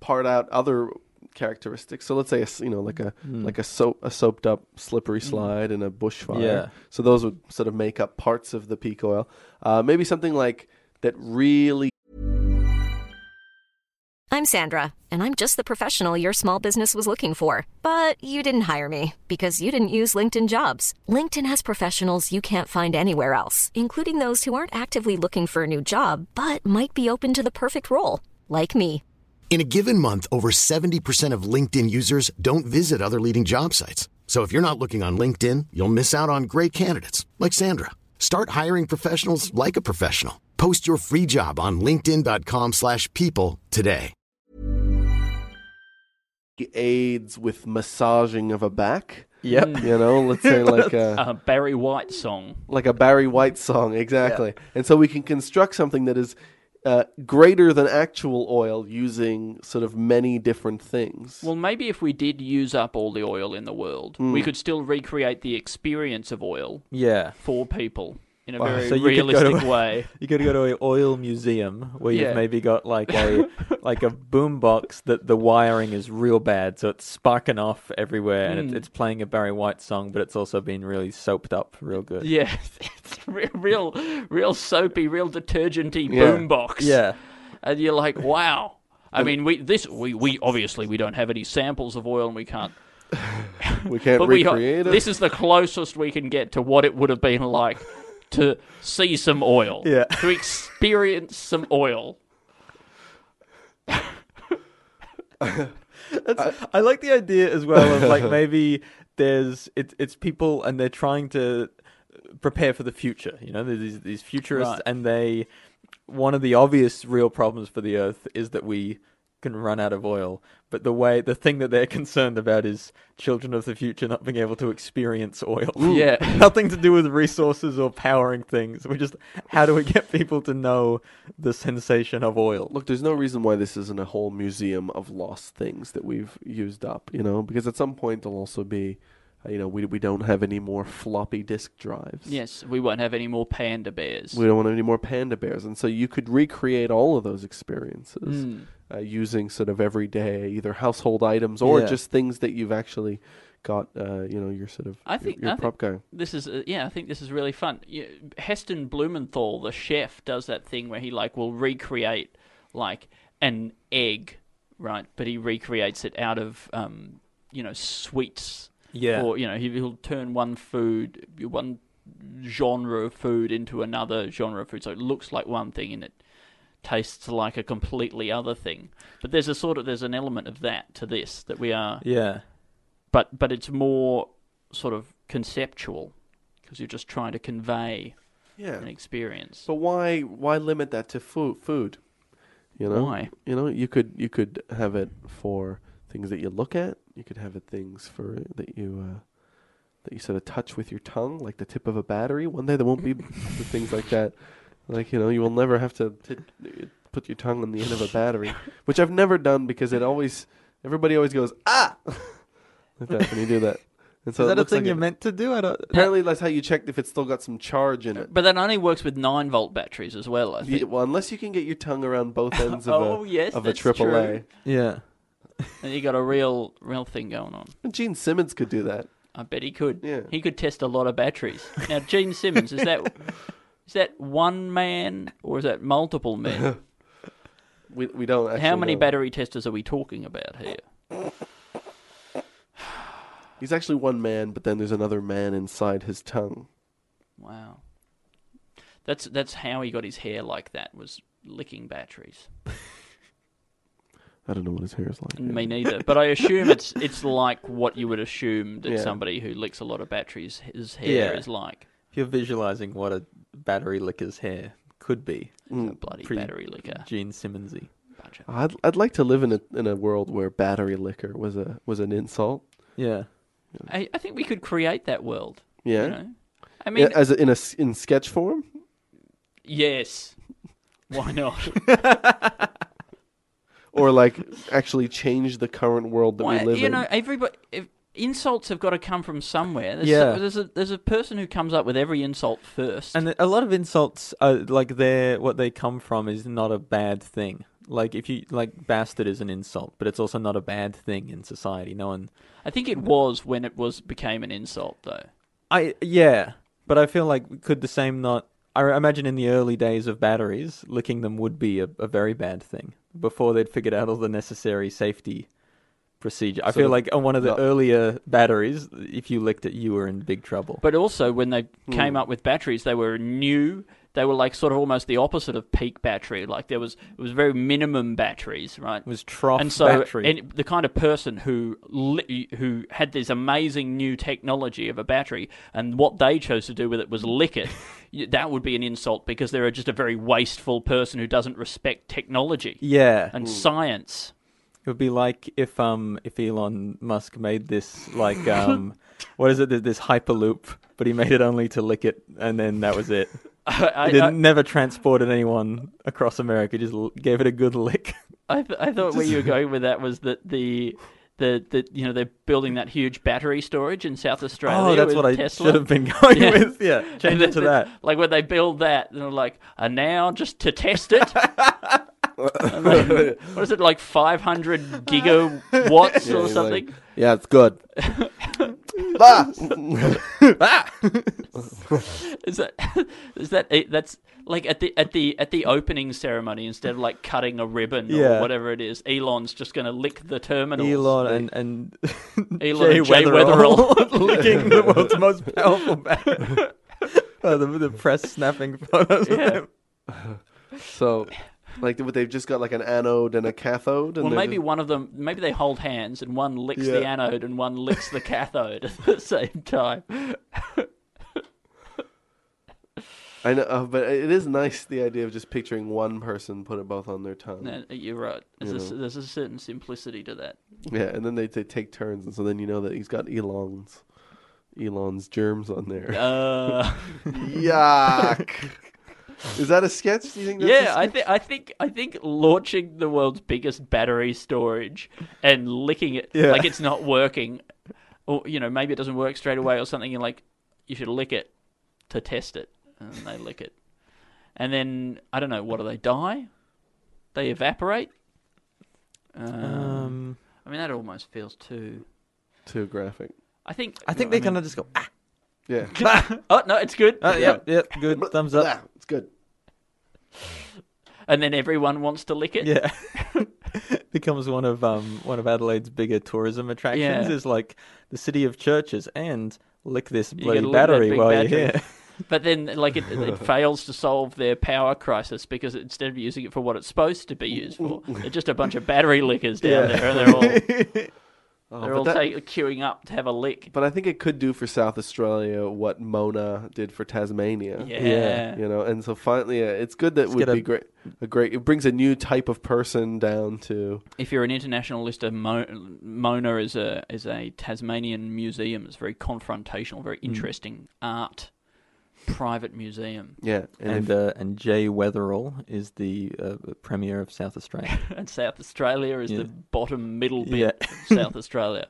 part out other characteristics. So let's say a s you know like a Hmm. like a soap a soaped up slippery slide and a bushfire. Yeah. So those would sort of make up parts of the peak oil. Uh, maybe something like that really I'm Sandra, and I'm just the professional your small business was looking for. But you didn't hire me because you didn't use LinkedIn jobs. LinkedIn has professionals you can't find anywhere else, including those who aren't actively looking for a new job but might be open to the perfect role, like me. In a given month, over 70% of LinkedIn users don't visit other leading job sites. So if you're not looking on LinkedIn, you'll miss out on great candidates like Sandra. Start hiring professionals like a professional. Post your free job on linkedin.com/people slash people today. aids with massaging of a back. Yep. Hmm. You know, let's say like uh, a, A Uh, Barry White song. like a Barry White song, exactly. And so we can construct something that is uh, greater than actual oil using sort of many different things. Well, maybe if we did use up all the oil in the world, Hmm. we could still recreate the experience of oil Yeah. for people in a Wow. very So you could go to- realistic way. You got to go to an oil museum where Yeah. you've maybe got like a like a boombox that the wiring is real bad, so it's sparking off everywhere, and Hmm. it's, it's playing a Barry White song, but it's also been really soaped up, real good. Yeah, it's re- real, real soapy, real detergenty Yeah. boombox. Yeah. and you're like, wow. I mean, we this we, we obviously we don't have any samples of oil, and we can't. we can't But we ho- recreate it. this is the closest we can get to what it would have been like to see some oil, Yeah. to experience some oil. I like the idea as well of like maybe there's it, it's people and they're trying to prepare for the future. You know, there's these these futurists, Right. and they one of the obvious real problems for the Earth is that we can run out of oil. But the way the thing that they're concerned about is children of the future not being able to experience oil. Yeah. nothing to do with resources or powering things. We just how do we get people to know the sensation of oil? Look, there's no reason why this isn't a whole museum of lost things that we've used up, you know, because at some point there'll also be, uh, you know, we, we don't have any more floppy disk drives. Yes, we won't have any more panda bears. We don't want any more panda bears. And so you could recreate all of those experiences Hmm. uh, using sort of everyday, either household items or Yeah. just things that you've actually got, uh, you know, your sort of I your- think- your, I prop guy. This is uh, yeah, I think this is really fun. Yeah, Heston Blumenthal, the chef, does that thing where he like will recreate like an egg, right? But he recreates it out of um, you know sweets. Yeah. Or you know he, he'll turn one food, one genre of food into another genre of food. So it looks like one thing and it tastes like a completely other thing. But there's a sort of there's an element of that to this that we are yeah. but but it's more sort of conceptual because you're just trying to convey Yeah. an experience. But why why limit that to food? Food, you know. Why? You know, you could you could have it for things that you look at. You could have it things for that you uh, that you sort of touch with your tongue, like the tip of a battery. One day there won't be the things like that. Like you know, you will never have to t- put your tongue on the end of a battery, which I've never done because it always everybody always goes ah like that when you do that. And so Is it that a looks thing like you're it- meant to do? I don't. Apparently, that's how you checked if it's still got some charge in it. But that only works with nine volt batteries as well. I Yeah, think. well, unless you can get your tongue around both ends of Oh, a yes, of a that's triple true. Yeah. And you got a real real thing going on. A. Gene Simmons could do that. I bet he could. Yeah. He could test a lot of batteries. Now, Gene Simmons is that is that one man or is that multiple men? We we don't. Actually How many know. battery testers are we talking about here? He's actually one man, but then there's another man inside his tongue. Wow. That's that's how he got his hair like that was licking batteries. I don't know what his hair is like. Me neither. But I assume it's it's like what you would assume that Yeah. somebody who licks a lot of batteries his hair Yeah. is like. You're visualizing what a battery licker's hair could be. Mm, It's a bloody Pretty battery licker. Gene Simmonsy. Bunch of- I'd I'd like to live in a in a world where battery liquor was a was an insult. Yeah. I, I think we could create that world. Yeah. You know? I mean, Yeah, uh, as a, in a s- in sketch form. yes. Why not? Or like actually change the current world that Why, we live you in. know, everybody. If, insults have got to come from somewhere. There's, Yeah. there's a there's a person who comes up with every insult first. And a lot of insults, are, like they what they come from, is not a bad thing. Like if you like bastard is an insult, but it's also not a bad thing in society. No one, I think it was when it was became an insult though. I yeah, but I feel like could the same not? I imagine in the early days of batteries, licking them would be a, a very bad thing. Before they'd figured out all the necessary safety procedure, I Sort feel of like on one of the not- earlier batteries, if you licked it, you were in big trouble. But also, when they Hmm. came up with batteries, they were new. They were like sort of almost the opposite of peak battery. Like there was it was very minimum batteries, right? it was trough and so battery. any- the kind of person who li- who had this amazing new technology of a battery, and what they chose to do with it was lick it. y- that would be an insult because they're just a very wasteful person who doesn't respect technology yeah, Hmm. and science. It would be like if um if Elon Musk made this like um what is it th- this hyperloop, but he made it only to lick it, and then that was it. I, It didn't- never transported anyone across America. Just l- gave it a good lick. I, th- I thought where you were going with that was that the the, the you know they're building that huge battery storage in South Australia. oh, that's with what I Tesla. should have been going Yeah. with. Yeah, change it And to then- that. Like when they build that, they're like, and now just to test it. And then- what is it like 500 gigawatts Yeah, or he's like, something? yeah, it's good. ah! Ah! Is that is that it- that's like at the at the at the opening ceremony instead of like cutting a ribbon Yeah. or whatever it is, Elon's just going to lick the terminals. Elon and and Elon Jay and Jay Weatherall, licking the world's most powerful battery. Oh, the, the press snapping photos. of Yeah. them. So, like, what they've just got like an anode and a cathode. And Well, they're maybe just- one of them, maybe they hold hands and one licks the Yeah. anode and one licks the cathode at the same time. I know, uh, but it is nice the idea of just picturing one person put it both on their tongue. No, you're right. There's, a, there's a certain simplicity to that. Yeah, and then they, they take turns, and so then you know that he's got Elon's Elon's germs on there. Uh, Yuck! is that a sketch? Do you think? That's a yeah, I sketch? think I think I think launching the world's biggest battery storage and licking it Yeah. like it's not working, or you know maybe it doesn't work straight away or something. You're like, you should lick it to test it, and they lick it, and then I don't know what do they die? They evaporate. Um, Um, I mean that almost feels too. too graphic. I think I think I they mean- kind of just go. Ah, Yeah, Oh no, it's good. Uh, yep, yep, good. Thumbs up. Ah, it's good. And then everyone wants to lick it. Yeah. becomes one of um one of Adelaide's bigger tourism attractions. Yeah. Is like the city of churches and lick this You bloody gotta lick that battery big while you're battery. here. But then, like, it, it fails to solve their power crisis because instead of using it for what it's supposed to be used for, they're just a bunch of battery lickers down there, and they're all Oh, they're but all that- ta- queuing up to have a lick. But I think it could do for South Australia what Mona did for Tasmania. Yeah. Yeah. you know, and so finally, uh, it's good that Let's would get a- be great. A great, it brings a new type of person down to. If you're an international lister, Mo- Mona is a is a Tasmanian museum. It's very confrontational, Mm. very interesting art, private museum, Yeah, and, if- And uh, and Jay Weatherall is the uh, premier of South Australia. and South Australia is Yeah. the bottom middle bit Yeah. of South Australia,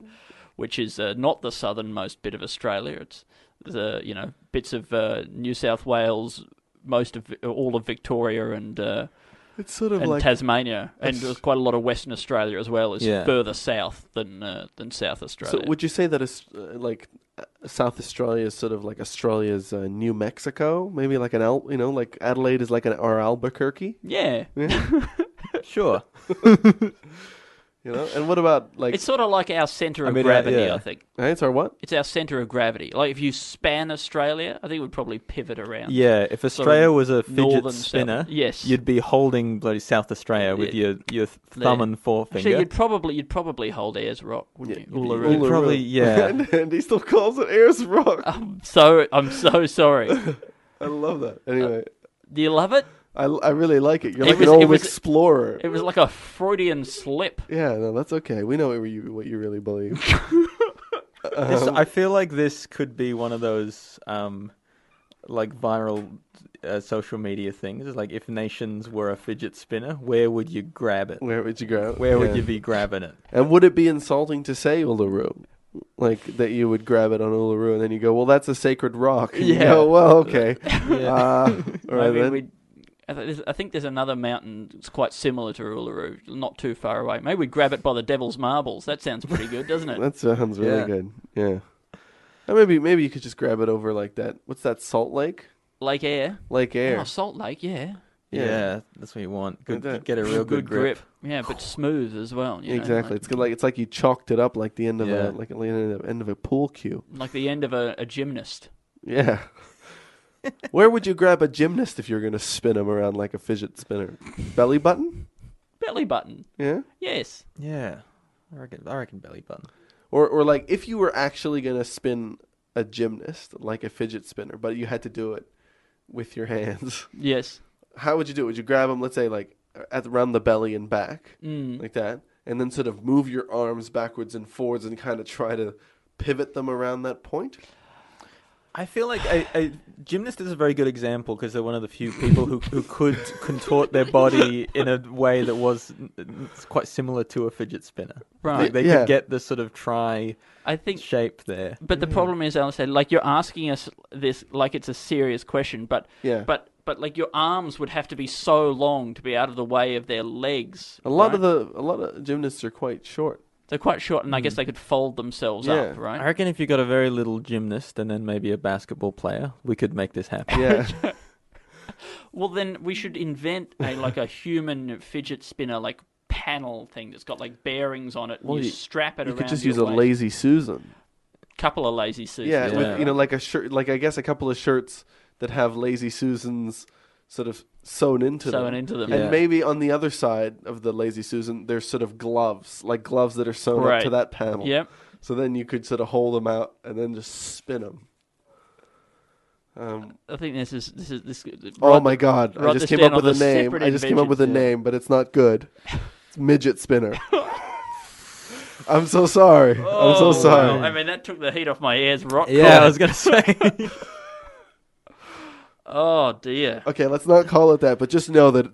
which is uh, not the southernmost bit of Australia. It's the you know bits of uh, New South Wales, most of all of Victoria and uh, it's sort of and like Tasmania, and there's quite a lot of Western Australia as well. Is Yeah. further south than uh, than South Australia. So would you say that it's uh, like uh, South Australia is sort of like Australia's uh, New Mexico? Maybe like an Al, you know, like Adelaide is like an or Albuquerque, yeah. sure. you know. And what about like It's sort of like our center of mean, uh, gravity, yeah. I think. eh, it's our what? It's our center of gravity. Like if you span Australia, I think it would probably pivot around. Yeah, if Sort of Australia was a fidget northern South- spinner, Yes. you'd be holding bloody South Australia with Yeah. your your thumb Yeah. and forefinger. Actually, you'd probably you'd probably hold Ayers Rock, wouldn't you? You'd Uluru. Uh, probably yeah. and, and he still calls it Ayers Rock. I'm so I'm so sorry. I love that. Anyway, Do you love it? I, I really like it. You're It like was- an it old was- explorer. It was like a Freudian slip. yeah, no, that's okay. We know what you what you really believe. This- I feel like this could be one of those um, like viral uh, social media things. It's like if nations were a fidget spinner, where would you grab it? Where would you go? Where would Yeah. you be grabbing it? And would it be insulting to say Uluru? Like that you would grab it on Uluru and then you go, well, that's a sacred rock. And you Yeah. go, well, okay. Uh, all right Maybe then. we'd. I th- there's- I think there's another mountain that's quite similar to Uluru, not too far away. Maybe we grab it by the Devil's Marbles. That sounds pretty good, doesn't it? That sounds really Yeah. good. Yeah. Or maybe maybe you could just grab it over like that. What's that? Salt Lake? Lake Air. Lake Air. Oh, Salt Lake, yeah. Yeah. Yeah, that's what you want. Good, that. get a real good, grip. Yeah, but smooth as well. you know, exactly. like- It's good. Like it's like you chalked it up like the end of a Yeah. like the end of, end of a pool cue. like the end of a, a gymnast. Yeah. Where would you grab a gymnast if you're going to spin him around like a fidget spinner? Belly button? Belly button. Yeah. Yes. Yeah, I reckon. I reckon belly button. Or or like if you were actually gonna spin a gymnast, like a fidget spinner, but you had to do it with your hands. Yes. How would you do it? Would you grab them, let's say like at around the belly and back, Mm. like that, and then sort of move your arms backwards and forwards and kind of try to pivot them around that point? I feel like a, a gymnast is a very good example because they're one of the few people who, who could contort their body in a way that was n- n- quite similar to a fidget spinner. Right. Like they Yeah. could get the sort of tri I think shape there. But Mm. the problem is, Alan said, like you're asking us this like it's a serious question, but Yeah. but but like your arms would have to be so long to be out of the way of their legs. A lot right? of the a lot of gymnasts are quite short. they're quite short, and I guess they could fold themselves up, Mm. Yeah. I right? reckon if you got a very little gymnast and then maybe a basketball player, we could make this happen. Yeah. Well, then we should invent a like a human fidget spinner like panel thing that's got like bearings on it. And Well, you, you- strap it you around. could just your use a waist. lazy Susan. couple of lazy suits. Yeah, as well. with you know like a shirt like I guess a couple of shirts that have lazy Susans sort of sewn into them. sewn into them. And maybe on the other side of the Lazy Susan, there's sort of gloves, like gloves that are sewn up Right. to that panel. Yep. So then you could sort of hold them out and then just spin them. Um, I think this is this is this. oh Rod- my God! I Rod just this came down up with on a the name. separate I just came up with a inventions, yeah. name, but it's not good. It's midget spinner. I'm so sorry. I'm Oh, so Oh, sorry. I mean, that took the heat off my ears. Rock. Yeah, I climb. was gonna say. Oh dear. Okay, let's not call it that, but just know that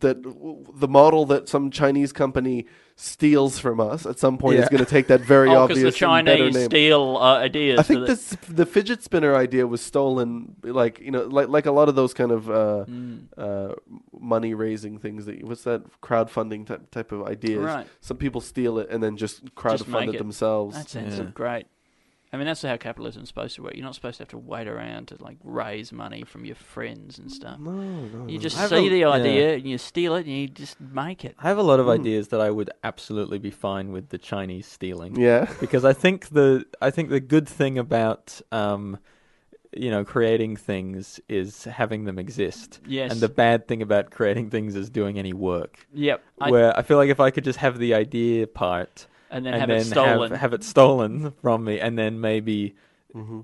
that w- the model that some Chinese company steals from us at some point is Yeah. going to take that very Oh, because obvious the and better Chinese name. steal uh, ideas. I for think the- this the fidget spinner idea was stolen, like you know, like like a lot of those kind of uh, Mm. uh, money raising things. That what's that crowdfunding type type of ideas? Right. Some people steal it and then just crowdfund make it, it. themselves. that sounds great. I mean, that's how capitalism's supposed to work. You're not supposed to have to wait around to like raise money from your friends and stuff. No, no. You no. just I have see a- the yeah. idea and you steal it and you just make it. I have a lot of ideas that I would absolutely be fine with the Chinese stealing. Yeah. because I think the I think the good thing about um, you know creating things is having them exist. Yes. And the bad thing about creating things is doing any work. Yep. I, Where I feel like if I could just have the idea part and then have it stolen. have, have it stolen from me, and then maybe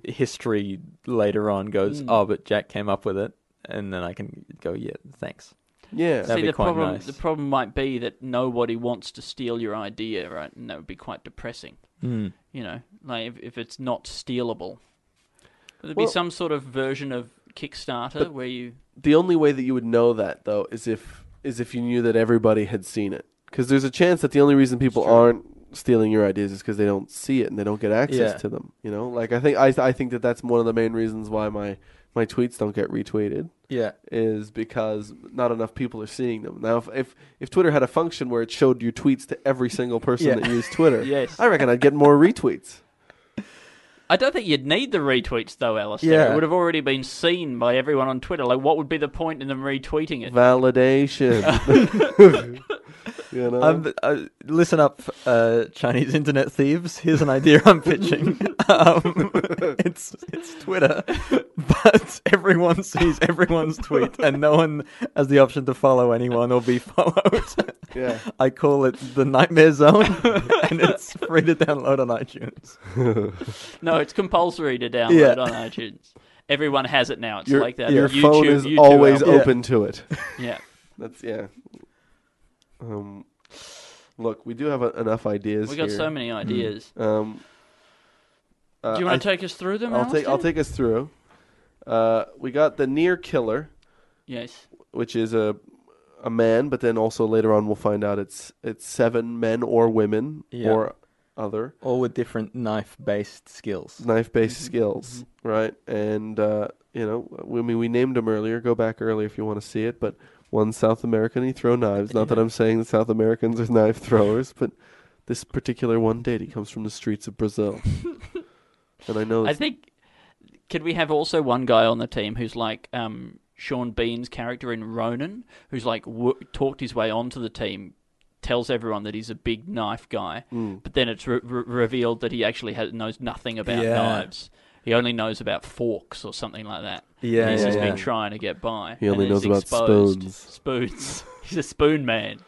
history later on goes, Hmm. oh, but Jack came up with it, and then I can go, yeah, thanks. Yeah. That'd See, be the quite problem nice. the problem might be that nobody wants to steal your idea, right? And that would be quite depressing. Hmm. You know, like if, if it's not stealable, would there Well- be some sort of version of Kickstarter where you? the only way that you would know that though is if is if you knew that everybody had seen it because there's a chance that the only reason people aren't stealing your ideas is because they don't see it and they don't get access Yeah. to them you know like i think I, I think that that's one of the main reasons why my my tweets don't get retweeted Yeah. is because not enough people are seeing them now if if, if twitter had a function where it showed your tweets to every single person Yeah. that used twitter Yes. i reckon i'd get more retweets I don't think you'd need the retweets though, Alistair. It Yeah. would have already been seen by everyone on Twitter. Like, what would be the point in them retweeting it? validation you know Um, uh, listen up, uh, Chinese internet thieves. Here's an idea I'm pitching. um, it's it's Twitter, but everyone sees everyone's tweet, and no one has the option to follow anyone or be followed. yeah I call it the Nightmare Zone, and it's free to download on iTunes. No, it's compulsory to download Yeah. on iTunes. Everyone has it now. It's your, like that. your YouTube, phone is YouTube always album. Yeah. open to it yeah. That's yeah. Um, look, we do have uh enough ideas. We got here. so many ideas. Um, Hmm. uh, Do you I- want to take us through them? I'll take. I'll Alistair? take us through. Uh, we got the near killer, Yes. which is a a man, but then also later on we'll find out it's it's seven men or women Yeah. or other All with different knife-based skills. knife based Mm-hmm. skills, right? And uh, you know, we I mean we named him earlier. Go back earlier if you want to see it. But one South American, he throw knives. Not that I'm saying that South Americans are knife throwers, but this particular one did. He comes from the streets of Brazil, and I know. I think. Could we have also one guy on the team who's like um, Sean Bean's character in Ronan, who's like wo- talked his way onto the team, tells everyone that he's a big knife guy, Hmm. but then it's re- re- revealed that he actually has, knows nothing about Yeah. knives. He only knows about forks or something like that. Yeah, And he's yeah, just yeah. been trying to get by. He only and knows he's about exposed. spoons. Spoons. he's a spoon man.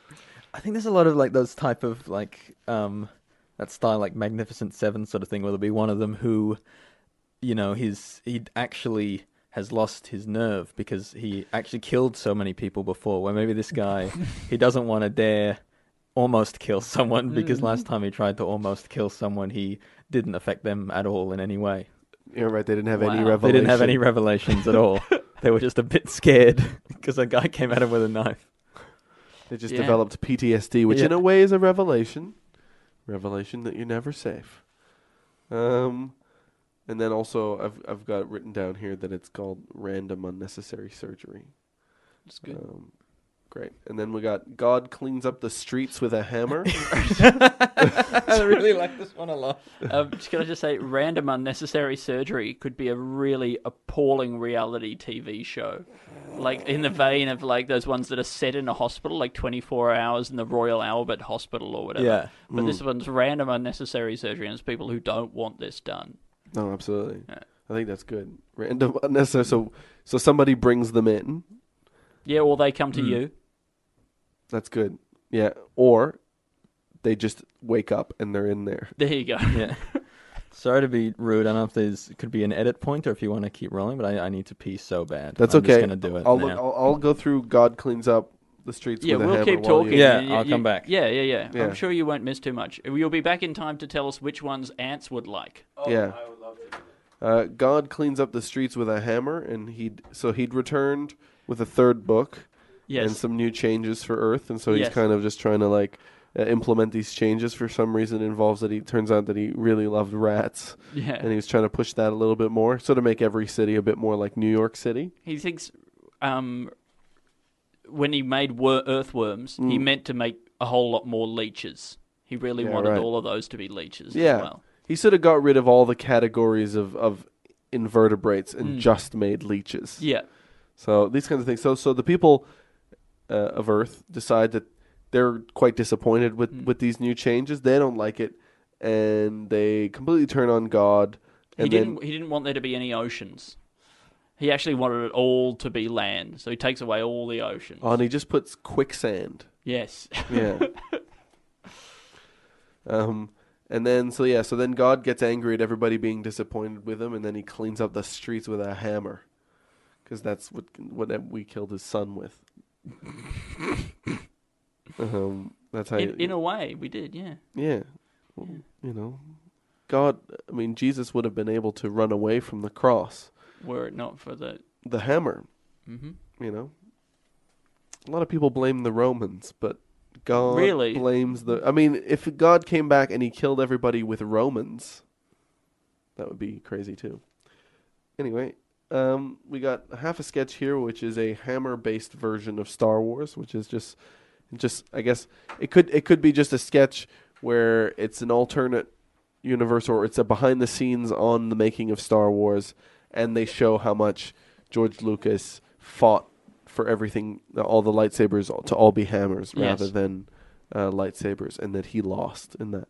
I think there's a lot of like those type of like um that style like Magnificent Seven sort of thing where there'll be one of them who you know he's he actually has lost his nerve because he actually killed so many people before where maybe this guy he doesn't want to dare almost kill someone because last time he tried to almost kill someone he didn't affect them at all in any way You're right. They didn't have any Wow. They revelation. they didn't have any revelations at all they were just a bit scared because a guy came at him with a knife They just Yeah. developed PTSD, which in Yeah. a way is a revelation. Revelation that you're never safe. Um, and then also I've I've got written down here that it's called random unnecessary surgery. That's good. Um, great. And then we got God cleans up the streets with a hammer. i really like this one a lot um, just gonna just say, random unnecessary surgery could be a really appalling reality TV show, like in the vein of like those ones that are set in a hospital, like Twenty Four Hours in the Royal Albert Hospital or whatever. Yeah. Mm. But this one's random unnecessary surgery, and it's people who don't want this done. no, absolutely. Yeah. I think that's good. Random unnecessary. So so somebody brings them in. Yeah, or they come to Mm. you. That's good. Yeah. Or they just wake up and they're in there. There you go. yeah. Sorry to be rude. I don't know if there's could be an edit point or if you want to keep rolling, but I, I need to pee so bad. That's I'm okay. Just gonna do it I'll, now. look- I'll, I'll go through. God cleans up the streets. Yeah, with a we'll hammer keep while you- talking. Yeah, You- I'll you- come back. Yeah, yeah, yeah, Yeah. I'm sure you won't miss too much. You'll be back in time to tell us which ones ants would like. yeah. Uh, God cleans up the streets with a hammer, and he would so he'd returned with a third book Yes. and some new changes for Earth, and so he's Yes. kind of just trying to like uh, implement these changes. For some reason, it involves that he turns out that he really loved rats, Yeah. and he was trying to push that a little bit more, so to make every city a bit more like New York City. He thinks um, when he made wor- earthworms, he meant to make a whole lot more leeches. He really Hmm. Yeah, wanted right. all of those to be leeches Yeah. as well. he sort of got rid of all the categories of, of invertebrates Mm. and just made leeches. Yeah. So these kinds of things. So so the people uh, of Earth decide that they're quite disappointed with Hmm. with these new changes. They don't like it, and they completely turn on God. He And didn't. then He didn't want there to be any oceans. He actually wanted it all to be land, so he takes away all the oceans. oh, and he just puts quicksand. yes. Yeah. um, and then so yeah, so then God gets angry at everybody being disappointed with him, and then he cleans up the streets with a hammer, because that's what what we killed his son with. um, that's how. In, you, in a way, we did. Yeah. yeah. Well, you know, God. I mean, Jesus would have been able to run away from the cross, Were it not for the. the hammer. hmm You know, a lot of people blame the Romans, but God Really? blames the. I mean, if God came back and he killed everybody with Romans, that would be crazy too. Anyway, um, we got half a sketch here, which is a hammer-based version of Star Wars, which is just, just I guess it could it could be just a sketch where it's an alternate universe or it's a behind the scenes on the making of Star Wars, and they show how much George Lucas fought for everything, all the lightsabers to all be hammers Yes. rather than uh, lightsabers, and that he lost in that.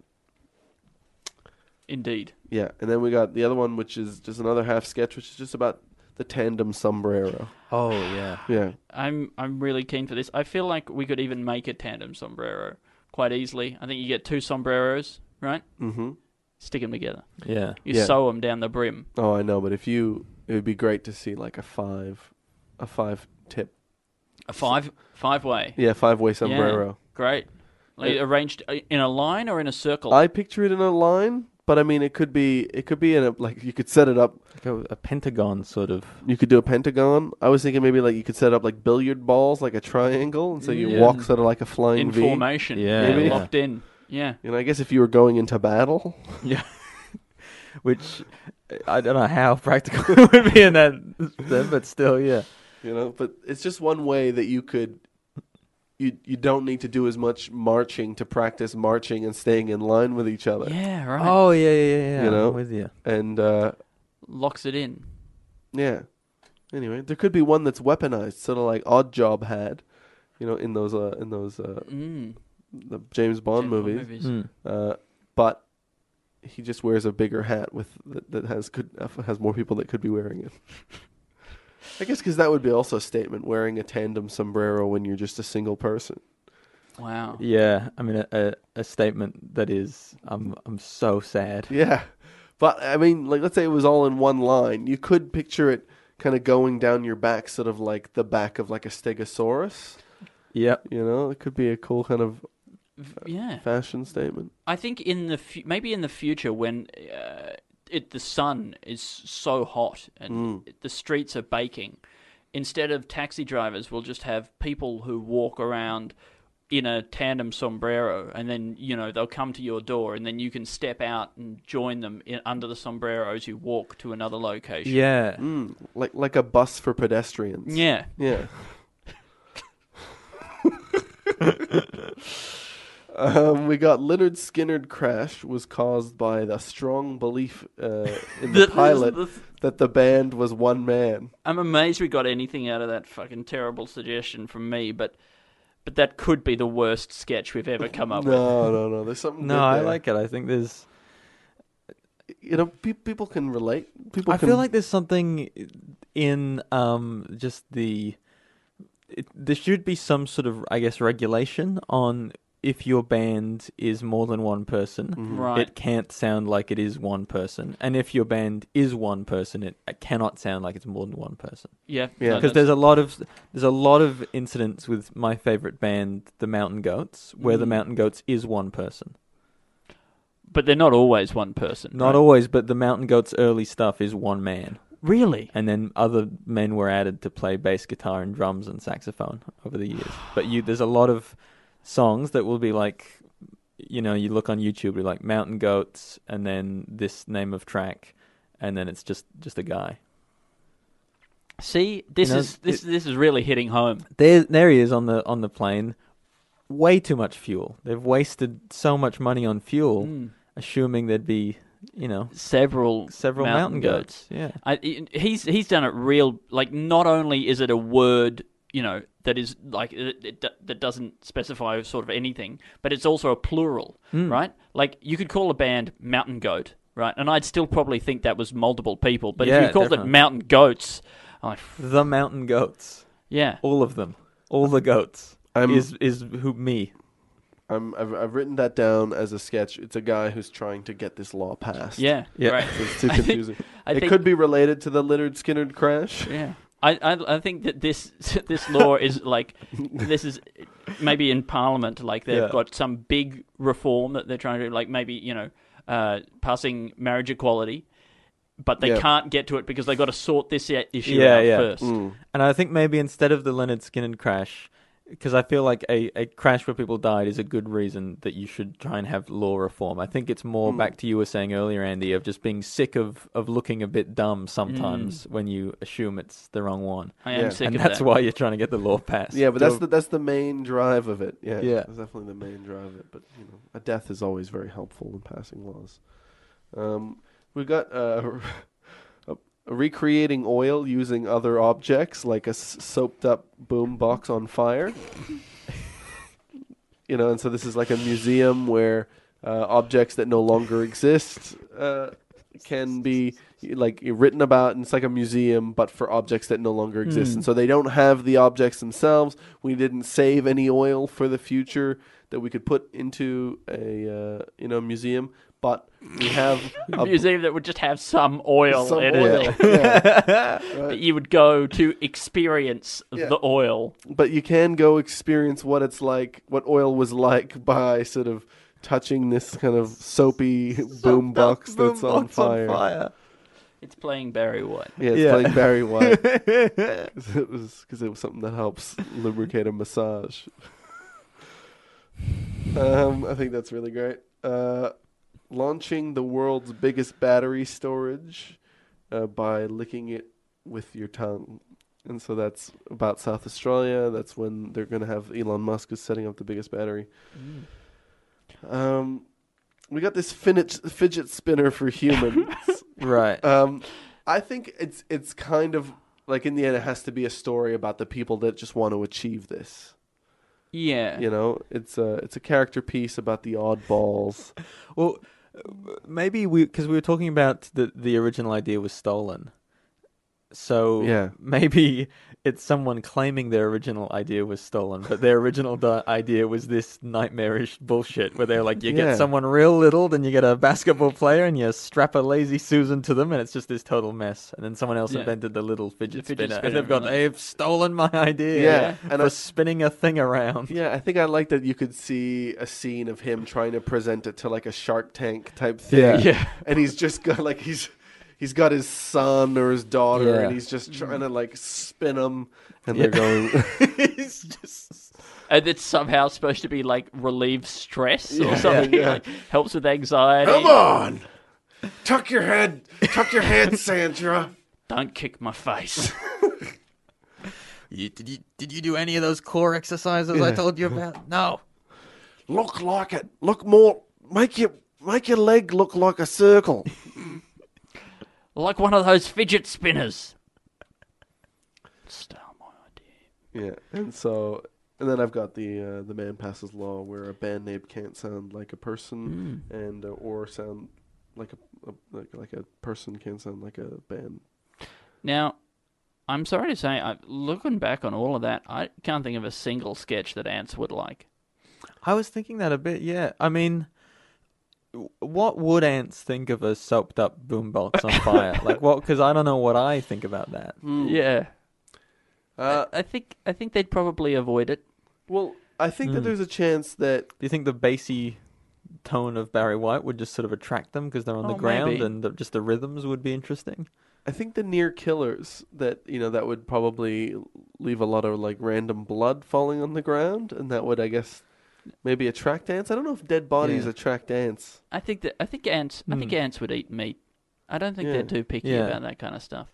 Indeed. Yeah, and then we got the other one, which is just another half sketch, which is just about the tandem sombrero. Oh yeah. Yeah, I'm I'm really keen for this. I feel like we could even make a tandem sombrero quite easily. I think you get two sombreros, right? hmm Stick them together. Yeah. You Yeah. sew 'em sew them down the brim. Oh, I know, but if you, it would be great to see like a five, a five tip. A five five way. Yeah, five way Yeah, sombrero. great. Like Yeah. arranged uh, in a line or in a circle. I picture it in a line, but I mean, it could be, it could be in a like you could set it up. Like a, a pentagon sort of. You could do a pentagon. I was thinking maybe like you could set up like billiard balls, like a triangle, and so you Yeah. walk sort of like a flying Mm, in V. formation. Yeah, Maybe. Locked in. Yeah. You know, I guess if you were going into battle, Yeah. Which I don't know how practical it would be in that, then, but still, yeah. you know but it's just one way that you could you you don't need to do as much marching to practice marching and staying in line with each other Yeah, right. Oh yeah, yeah, yeah. yeah. You know? I'm with you. and uh Locks it in. yeah anyway there could be one that's weaponized sort of like odd job had you know in those uh in those uh Mm. the james bond James Bond movies Hmm. uh but he just wears a bigger hat with that, that has could has more people that could be wearing it I guess because that would be also a statement wearing a tandem sombrero when you're just a single person. Wow. Yeah, I mean a, a, a statement that is I'm I'm so sad. Yeah. But I mean, like let's say it was all in one line. You could picture it kind of going down your back, sort of like the back of like a stegosaurus. Yep. You know, it could be a cool kind of Yeah. fashion statement. I think in the fu- maybe in the future when uh, it the sun is so hot and the streets are baking, instead of taxi drivers, we'll just have people who walk around in a tandem sombrero, and then you know they'll come to your door, and then you can step out and join them in, under the sombrero as you walk to another location. Yeah. Mm, like like a bus for pedestrians. Yeah. Yeah. um, we got Leonard Skinnerd crash was caused by the strong belief uh, in the That- pilot that the band was one man. I'm amazed we got anything out of that fucking terrible suggestion from me, but but that could be the worst sketch we've ever come up with. No, no, no. There's something. No, good I there. like it. I think there's you know, pe- people can relate. People, I can, feel like there's something in um just the it, there should be some sort of I guess regulation on if your band is more than one person. Mm-hmm. Right. It can't sound like it is one person, and if your band is one person, it, it cannot sound like it's more than one person. Yeah, Yeah. no, that's- because there's a lot of there's a lot of incidents with my favorite band, the Mountain Goats, where the Mm. Mountain Goats is one person. but they're not always one person. Not always, but the Mountain Goats' early stuff is one man, really. and then other men were added to play bass guitar and drums and saxophone over the years. But you, there's a lot of songs that will be like, you know, you look on YouTube, you're like Mountain Goats, and then this name of track, and then it's just just a guy. See, this You know, is this this is really hitting home. There, there he is on the on the plane. Hmm. Way too much fuel. They've wasted so much money on fuel, assuming there'd be you know, several several mountain, goats. Yeah. I, he- he's he's done it real. Like not only is it a word, you know, that is like it, it, do- that doesn't specify sort of anything, but it's also a plural, Hmm. right? Like you could call a band Mountain Goat, right? And I'd still probably think that was multiple people. But if Yeah, you called definitely. it Mountain Goats, I'm like, "F- The mountain goats. yeah, All of them. All the goats. I'm- is is who me. I'm, I've, I've written that down as a sketch. It's a guy who's trying to get this law passed. yeah, Yeah. right. So it's too I think- confusing. I it think- could be related to the Leonard Skinner crash. Yeah. I, I I think that this this law is like this is maybe in Parliament like they've Yeah. got some big reform that they're trying to like maybe you know uh, passing marriage equality, but they Yeah. can't get to it because they've got to sort this i- issue Yeah, out yeah. first. And I think maybe instead of the Leonard Skinner crash, because I feel like a, a crash where people died is a good reason that you should try and have law reform. I think it's more Hmm. back to you were saying earlier, Andy, of just being sick of, of looking a bit dumb sometimes when you assume it's the wrong one. I am Yeah. Hmm. sick and of that's that. why you're trying to get the law passed. Yeah, but that's the that's the main drive of it. Yeah, Yeah. that's definitely the main drive of it. But you know, a death is always very helpful in passing laws. Um, we got uh, a- recreating oil using other objects, like a s- soaped-up boom box on fire. you know, and so this is like a museum where uh, objects that no longer exist uh, can be like written about, and it's like a museum, but for objects that no longer exist. And so they don't have the objects themselves. We didn't save any oil for the future that we could put into a uh, you know museum, but we have a museum that would just have some oil some in oil. it Yeah. that you would go to experience Yeah. the oil. but you can go experience what it's like, what oil was like by sort of touching this kind of soapy boom box that's on fire. It's playing Barry White. Yeah, it's Yeah. playing Barry White. 'Cause it was because it was something that helps lubricate a massage. um, I think that's really great. Uh, launching the world's biggest battery storage uh, by licking it with your tongue. And so that's about South Australia. That's when they're going to have Elon Musk is setting up the biggest battery. Um, we got this fidget, fidget spinner for humans. Right. Um, I think it's it's kind of like in the end, it has to be a story about the people that just want to achieve this. Yeah. You know, it's a it's a character piece about the oddballs. Well, maybe we because we were talking about the the original idea was stolen, so Yeah. maybe it's someone claiming their original idea was stolen, but their original di- idea was this nightmarish bullshit where they're like, you Yeah. get someone real little, then you get a basketball player, and you strap a lazy Susan to them, and it's just this total mess. And then someone else Yeah. invented the little fidget, The fidget spinner, spinner, and they've got right. they've stolen my idea, Yeah, and for I- spinning a thing around. Yeah, I think I like that you could see a scene of him trying to present it to like a Shark Tank type thing. Yeah. Yeah. and he's just got like he's he's got his son or his daughter, Yeah. and he's just trying to like spin them, and they're going. It's just and it's somehow supposed to be like relieve stress or something yeah. like helps with anxiety on, tuck your head, tuck your head, Sandra. don't kick my face You, did you did you do any of those core exercises I told you about? No. look like it. Look more. Make your make your leg look like a circle. like one of those fidget spinners Style my idea. yeah, and so and then I've got the uh, the man passes law where a band name can't sound like a person and uh, or sound like a, a like, like a person can sound like a band. now i'm sorry to say I, looking back on all of that i can't think of a single sketch that ants would like I was thinking that a bit. Yeah. I mean, w- what would ants think of a soaped up boombox on fire? like what? Because I don't know what I think about that. Mm. yeah Mm. Uh, I, I think i think they'd probably avoid it well, I think that there's a chance that Do you think the bassy tone of Barry White would just sort of attract them because they're on the Oh, ground maybe. and the, just the rhythms would be interesting? I think the near killers that you know that would probably leave a lot of like random blood falling on the ground, and that would I guess maybe attract ants. I don't know if dead bodies Yeah. attract ants. i think that i think ants i think ants would eat meat i don't think Hmm. Yeah. they're too picky Yeah. about that kind of stuff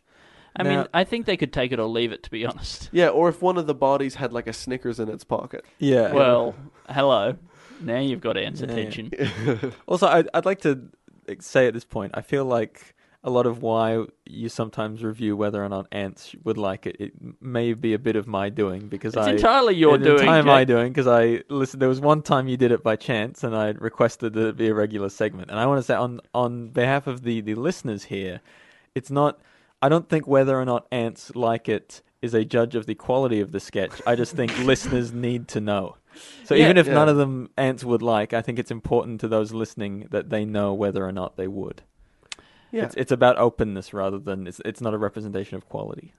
I Now- mean, I think they could take it or leave it, to be honest. Yeah, or if one of the bodies had like a Snickers in its pocket. Yeah. Well, hello. Now you've got Ant's Yeah. attention. Also, I'd, I'd like to say at this point, I feel like a lot of why you sometimes review whether or not ants would like it, it may be a bit of my doing because It's I entirely your it's doing, Entirely Jake. my doing because I listen. There was one time you did it by chance, and I requested that it be a regular segment. And I want to say on on behalf of the the listeners here, it's not. I don't think whether or not ants like it is a judge of the quality of the sketch. I just think listeners need to know. So Yeah. even if Yeah. none of them ants would like, I think it's important to those listening that they know whether or not they would. Yeah. It's, it's about openness rather than it's it's not a representation of quality.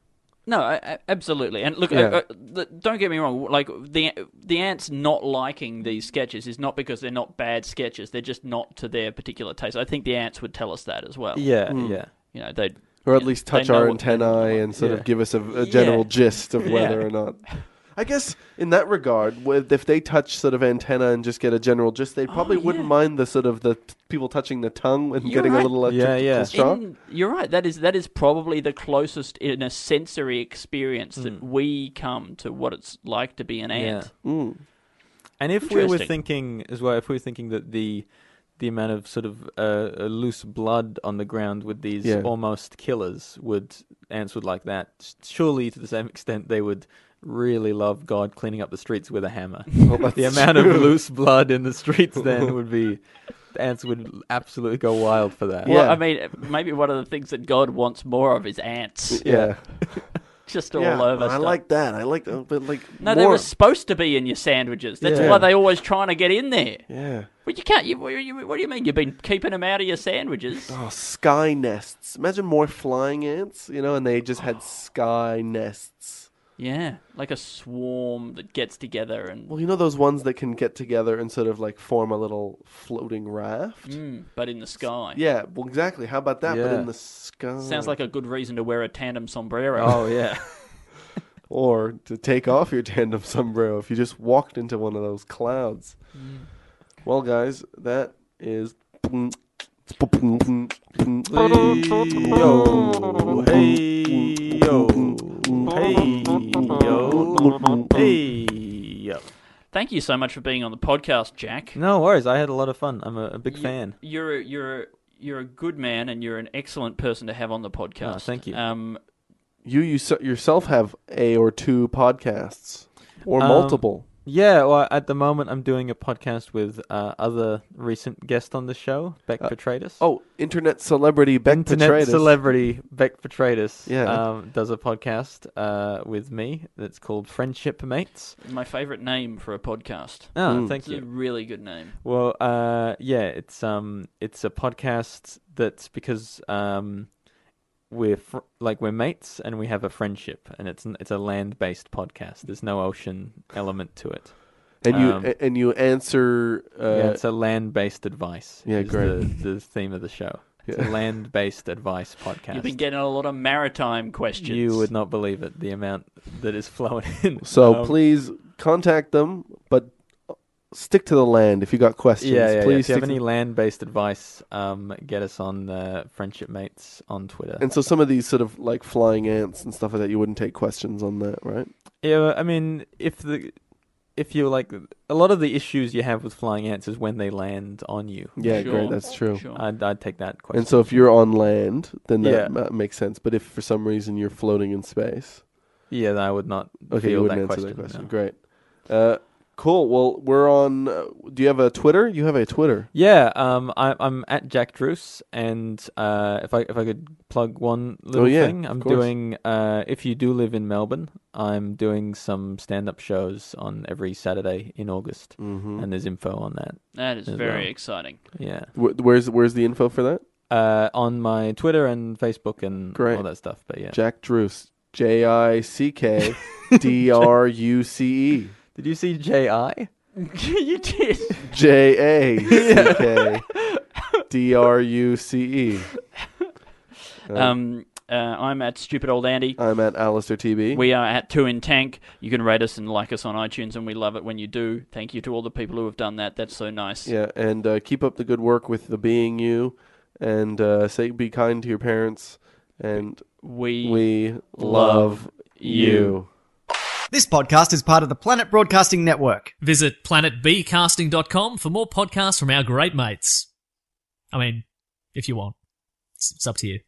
No, I, I- absolutely. And look, Yeah. uh, uh, the, don't get me wrong. Like the the ants not liking these sketches is not because they're not bad sketches. They're just not to their particular taste. I think the ants would tell us that as well. Mm. Yeah, yeah. you know they or at least touch our antennae and sort Yeah. of give us a, a general Yeah. gist of Yeah. whether or not. I guess in that regard, with- if they touch sort of antenna and just get a general gist, they probably wouldn't mind the sort of the t- people touching the tongue and You're getting right. a little electric Yeah, yeah. shock. In- you're right. That is that is probably the closest in a sensory experience that we come to what it's like to be an ant. Mm. And if we were Interesting. thinking as well, if we were thinking that the the amount of sort of uh, uh, loose blood on the ground with these Yeah. almost killers would ants would like that. s- Surely to the same extent they would really love God cleaning up the streets with a hammer. the amount of loose blood in the streets then would be ants would absolutely go wild for that. Well, Yeah. I mean, maybe one of the things that God wants more of is ants, Yeah, just all Yeah. over. I stuff. like that. I like that, but like No, they more. were supposed to be in your sandwiches. That's Yeah. why they always trying to get in there. yeah. But you can't. You, what, do you, what do you mean you've been keeping them out of your sandwiches? Oh, sky nests. Imagine more flying ants, you know, and they just had sky nests. Yeah, like a swarm that gets together and Well, you know those ones that can get together and sort of like form a little floating raft? mm, but in the sky. Yeah, well, exactly. How about that? But Yeah. in the sky. Sounds like a good reason to wear a tandem sombrero. Oh yeah. Or to take off your tandem sombrero if you just walked into one of those clouds. Well, guys, that is. Hey-yo. Hey-yo. Hey-yo. Hey-yo. Thank you so much for being on the podcast, Jack. No worries. I had a lot of fun. I'm a, a big fan. You're a, you're a, you're a good man, and you're an excellent person to have on the podcast. Oh, thank you. Um, You, you yourself have a or two podcasts, or Um, multiple. Yeah. Well, at the moment, I'm doing a podcast with uh, other recent guest on the show, Beck Uh, Petratus. Oh, internet celebrity Beck Internet Petraeus. celebrity Beck Petratus Yeah. um, does a podcast uh, with me that's called Friendship Mates. my favorite name for a podcast. Oh, Hmm. thank It's a you. really good name. Well, uh, yeah, it's um, it's a podcast that's because um, we're fr- like we're mates and we have a friendship, and it's n- it's a land based podcast. There's no ocean element to it. and you um, a- and you answer. Uh, yeah, it's a land based advice. yeah, is great. The, the theme of the show. It's Yeah. a land based advice podcast. You've been getting a lot of maritime questions. you would not believe it, the amount that is flowing in. So Um, please contact them, but stick to the land if you got questions. Yeah, yeah, yeah. please If you have stick to- any land-based advice, um, get us on uh, Friendship Mates on Twitter. And so some of these sort of like flying ants and stuff like that, you wouldn't take questions on that, right? Yeah, I mean, if the if you're like a lot of the issues you have with flying ants is when they land on you. Yeah, Sure. great, that's true. Sure. I'd, I'd take that question. And so if you're on land, then that Yeah. ma- makes sense. But if for some reason you're floating in space, yeah, I would not okay, you feel wouldn't that answer question. that question. no. Great. Uh, cool. Well, we're on. Uh, do you have a Twitter? You have a Twitter. Yeah, um, I, I'm at Jack Druce, and uh, if I if I could plug one little Oh, yeah, thing, of I'm course. doing. Uh, if you do live in Melbourne, I'm doing some stand-up shows on every Saturday in August, Mm-hmm. and there's info on that. That is as very well. exciting. Yeah, where's where's the info for that? uh, on my Twitter and Facebook and Great. all that stuff. But yeah, Jack Druce. J I C K D R U C E. Did you see J.I.? you did. J A C K D R U C E. Um, uh, I'm at Stupid Old Andy. I'm at Alistair TB. We are at Two in Tank. You can rate us and like us on iTunes, and we love it when you do. Thank you to all the people who have done that. That's so nice. Yeah, and uh, keep up the good work with the being you, and uh, say be kind to your parents, and We, we love love you. you. This podcast is part of the Planet Broadcasting Network. Visit planetbcasting.com for more podcasts from our great mates. I mean, if you want. It's, it's up to you.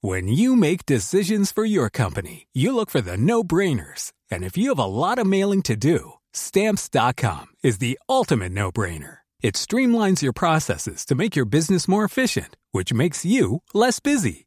When you make decisions for your company, you look for the no brainers. And if you have a lot of mailing to do, stamps.com is the ultimate no brainer. It streamlines your processes to make your business more efficient, which makes you less busy.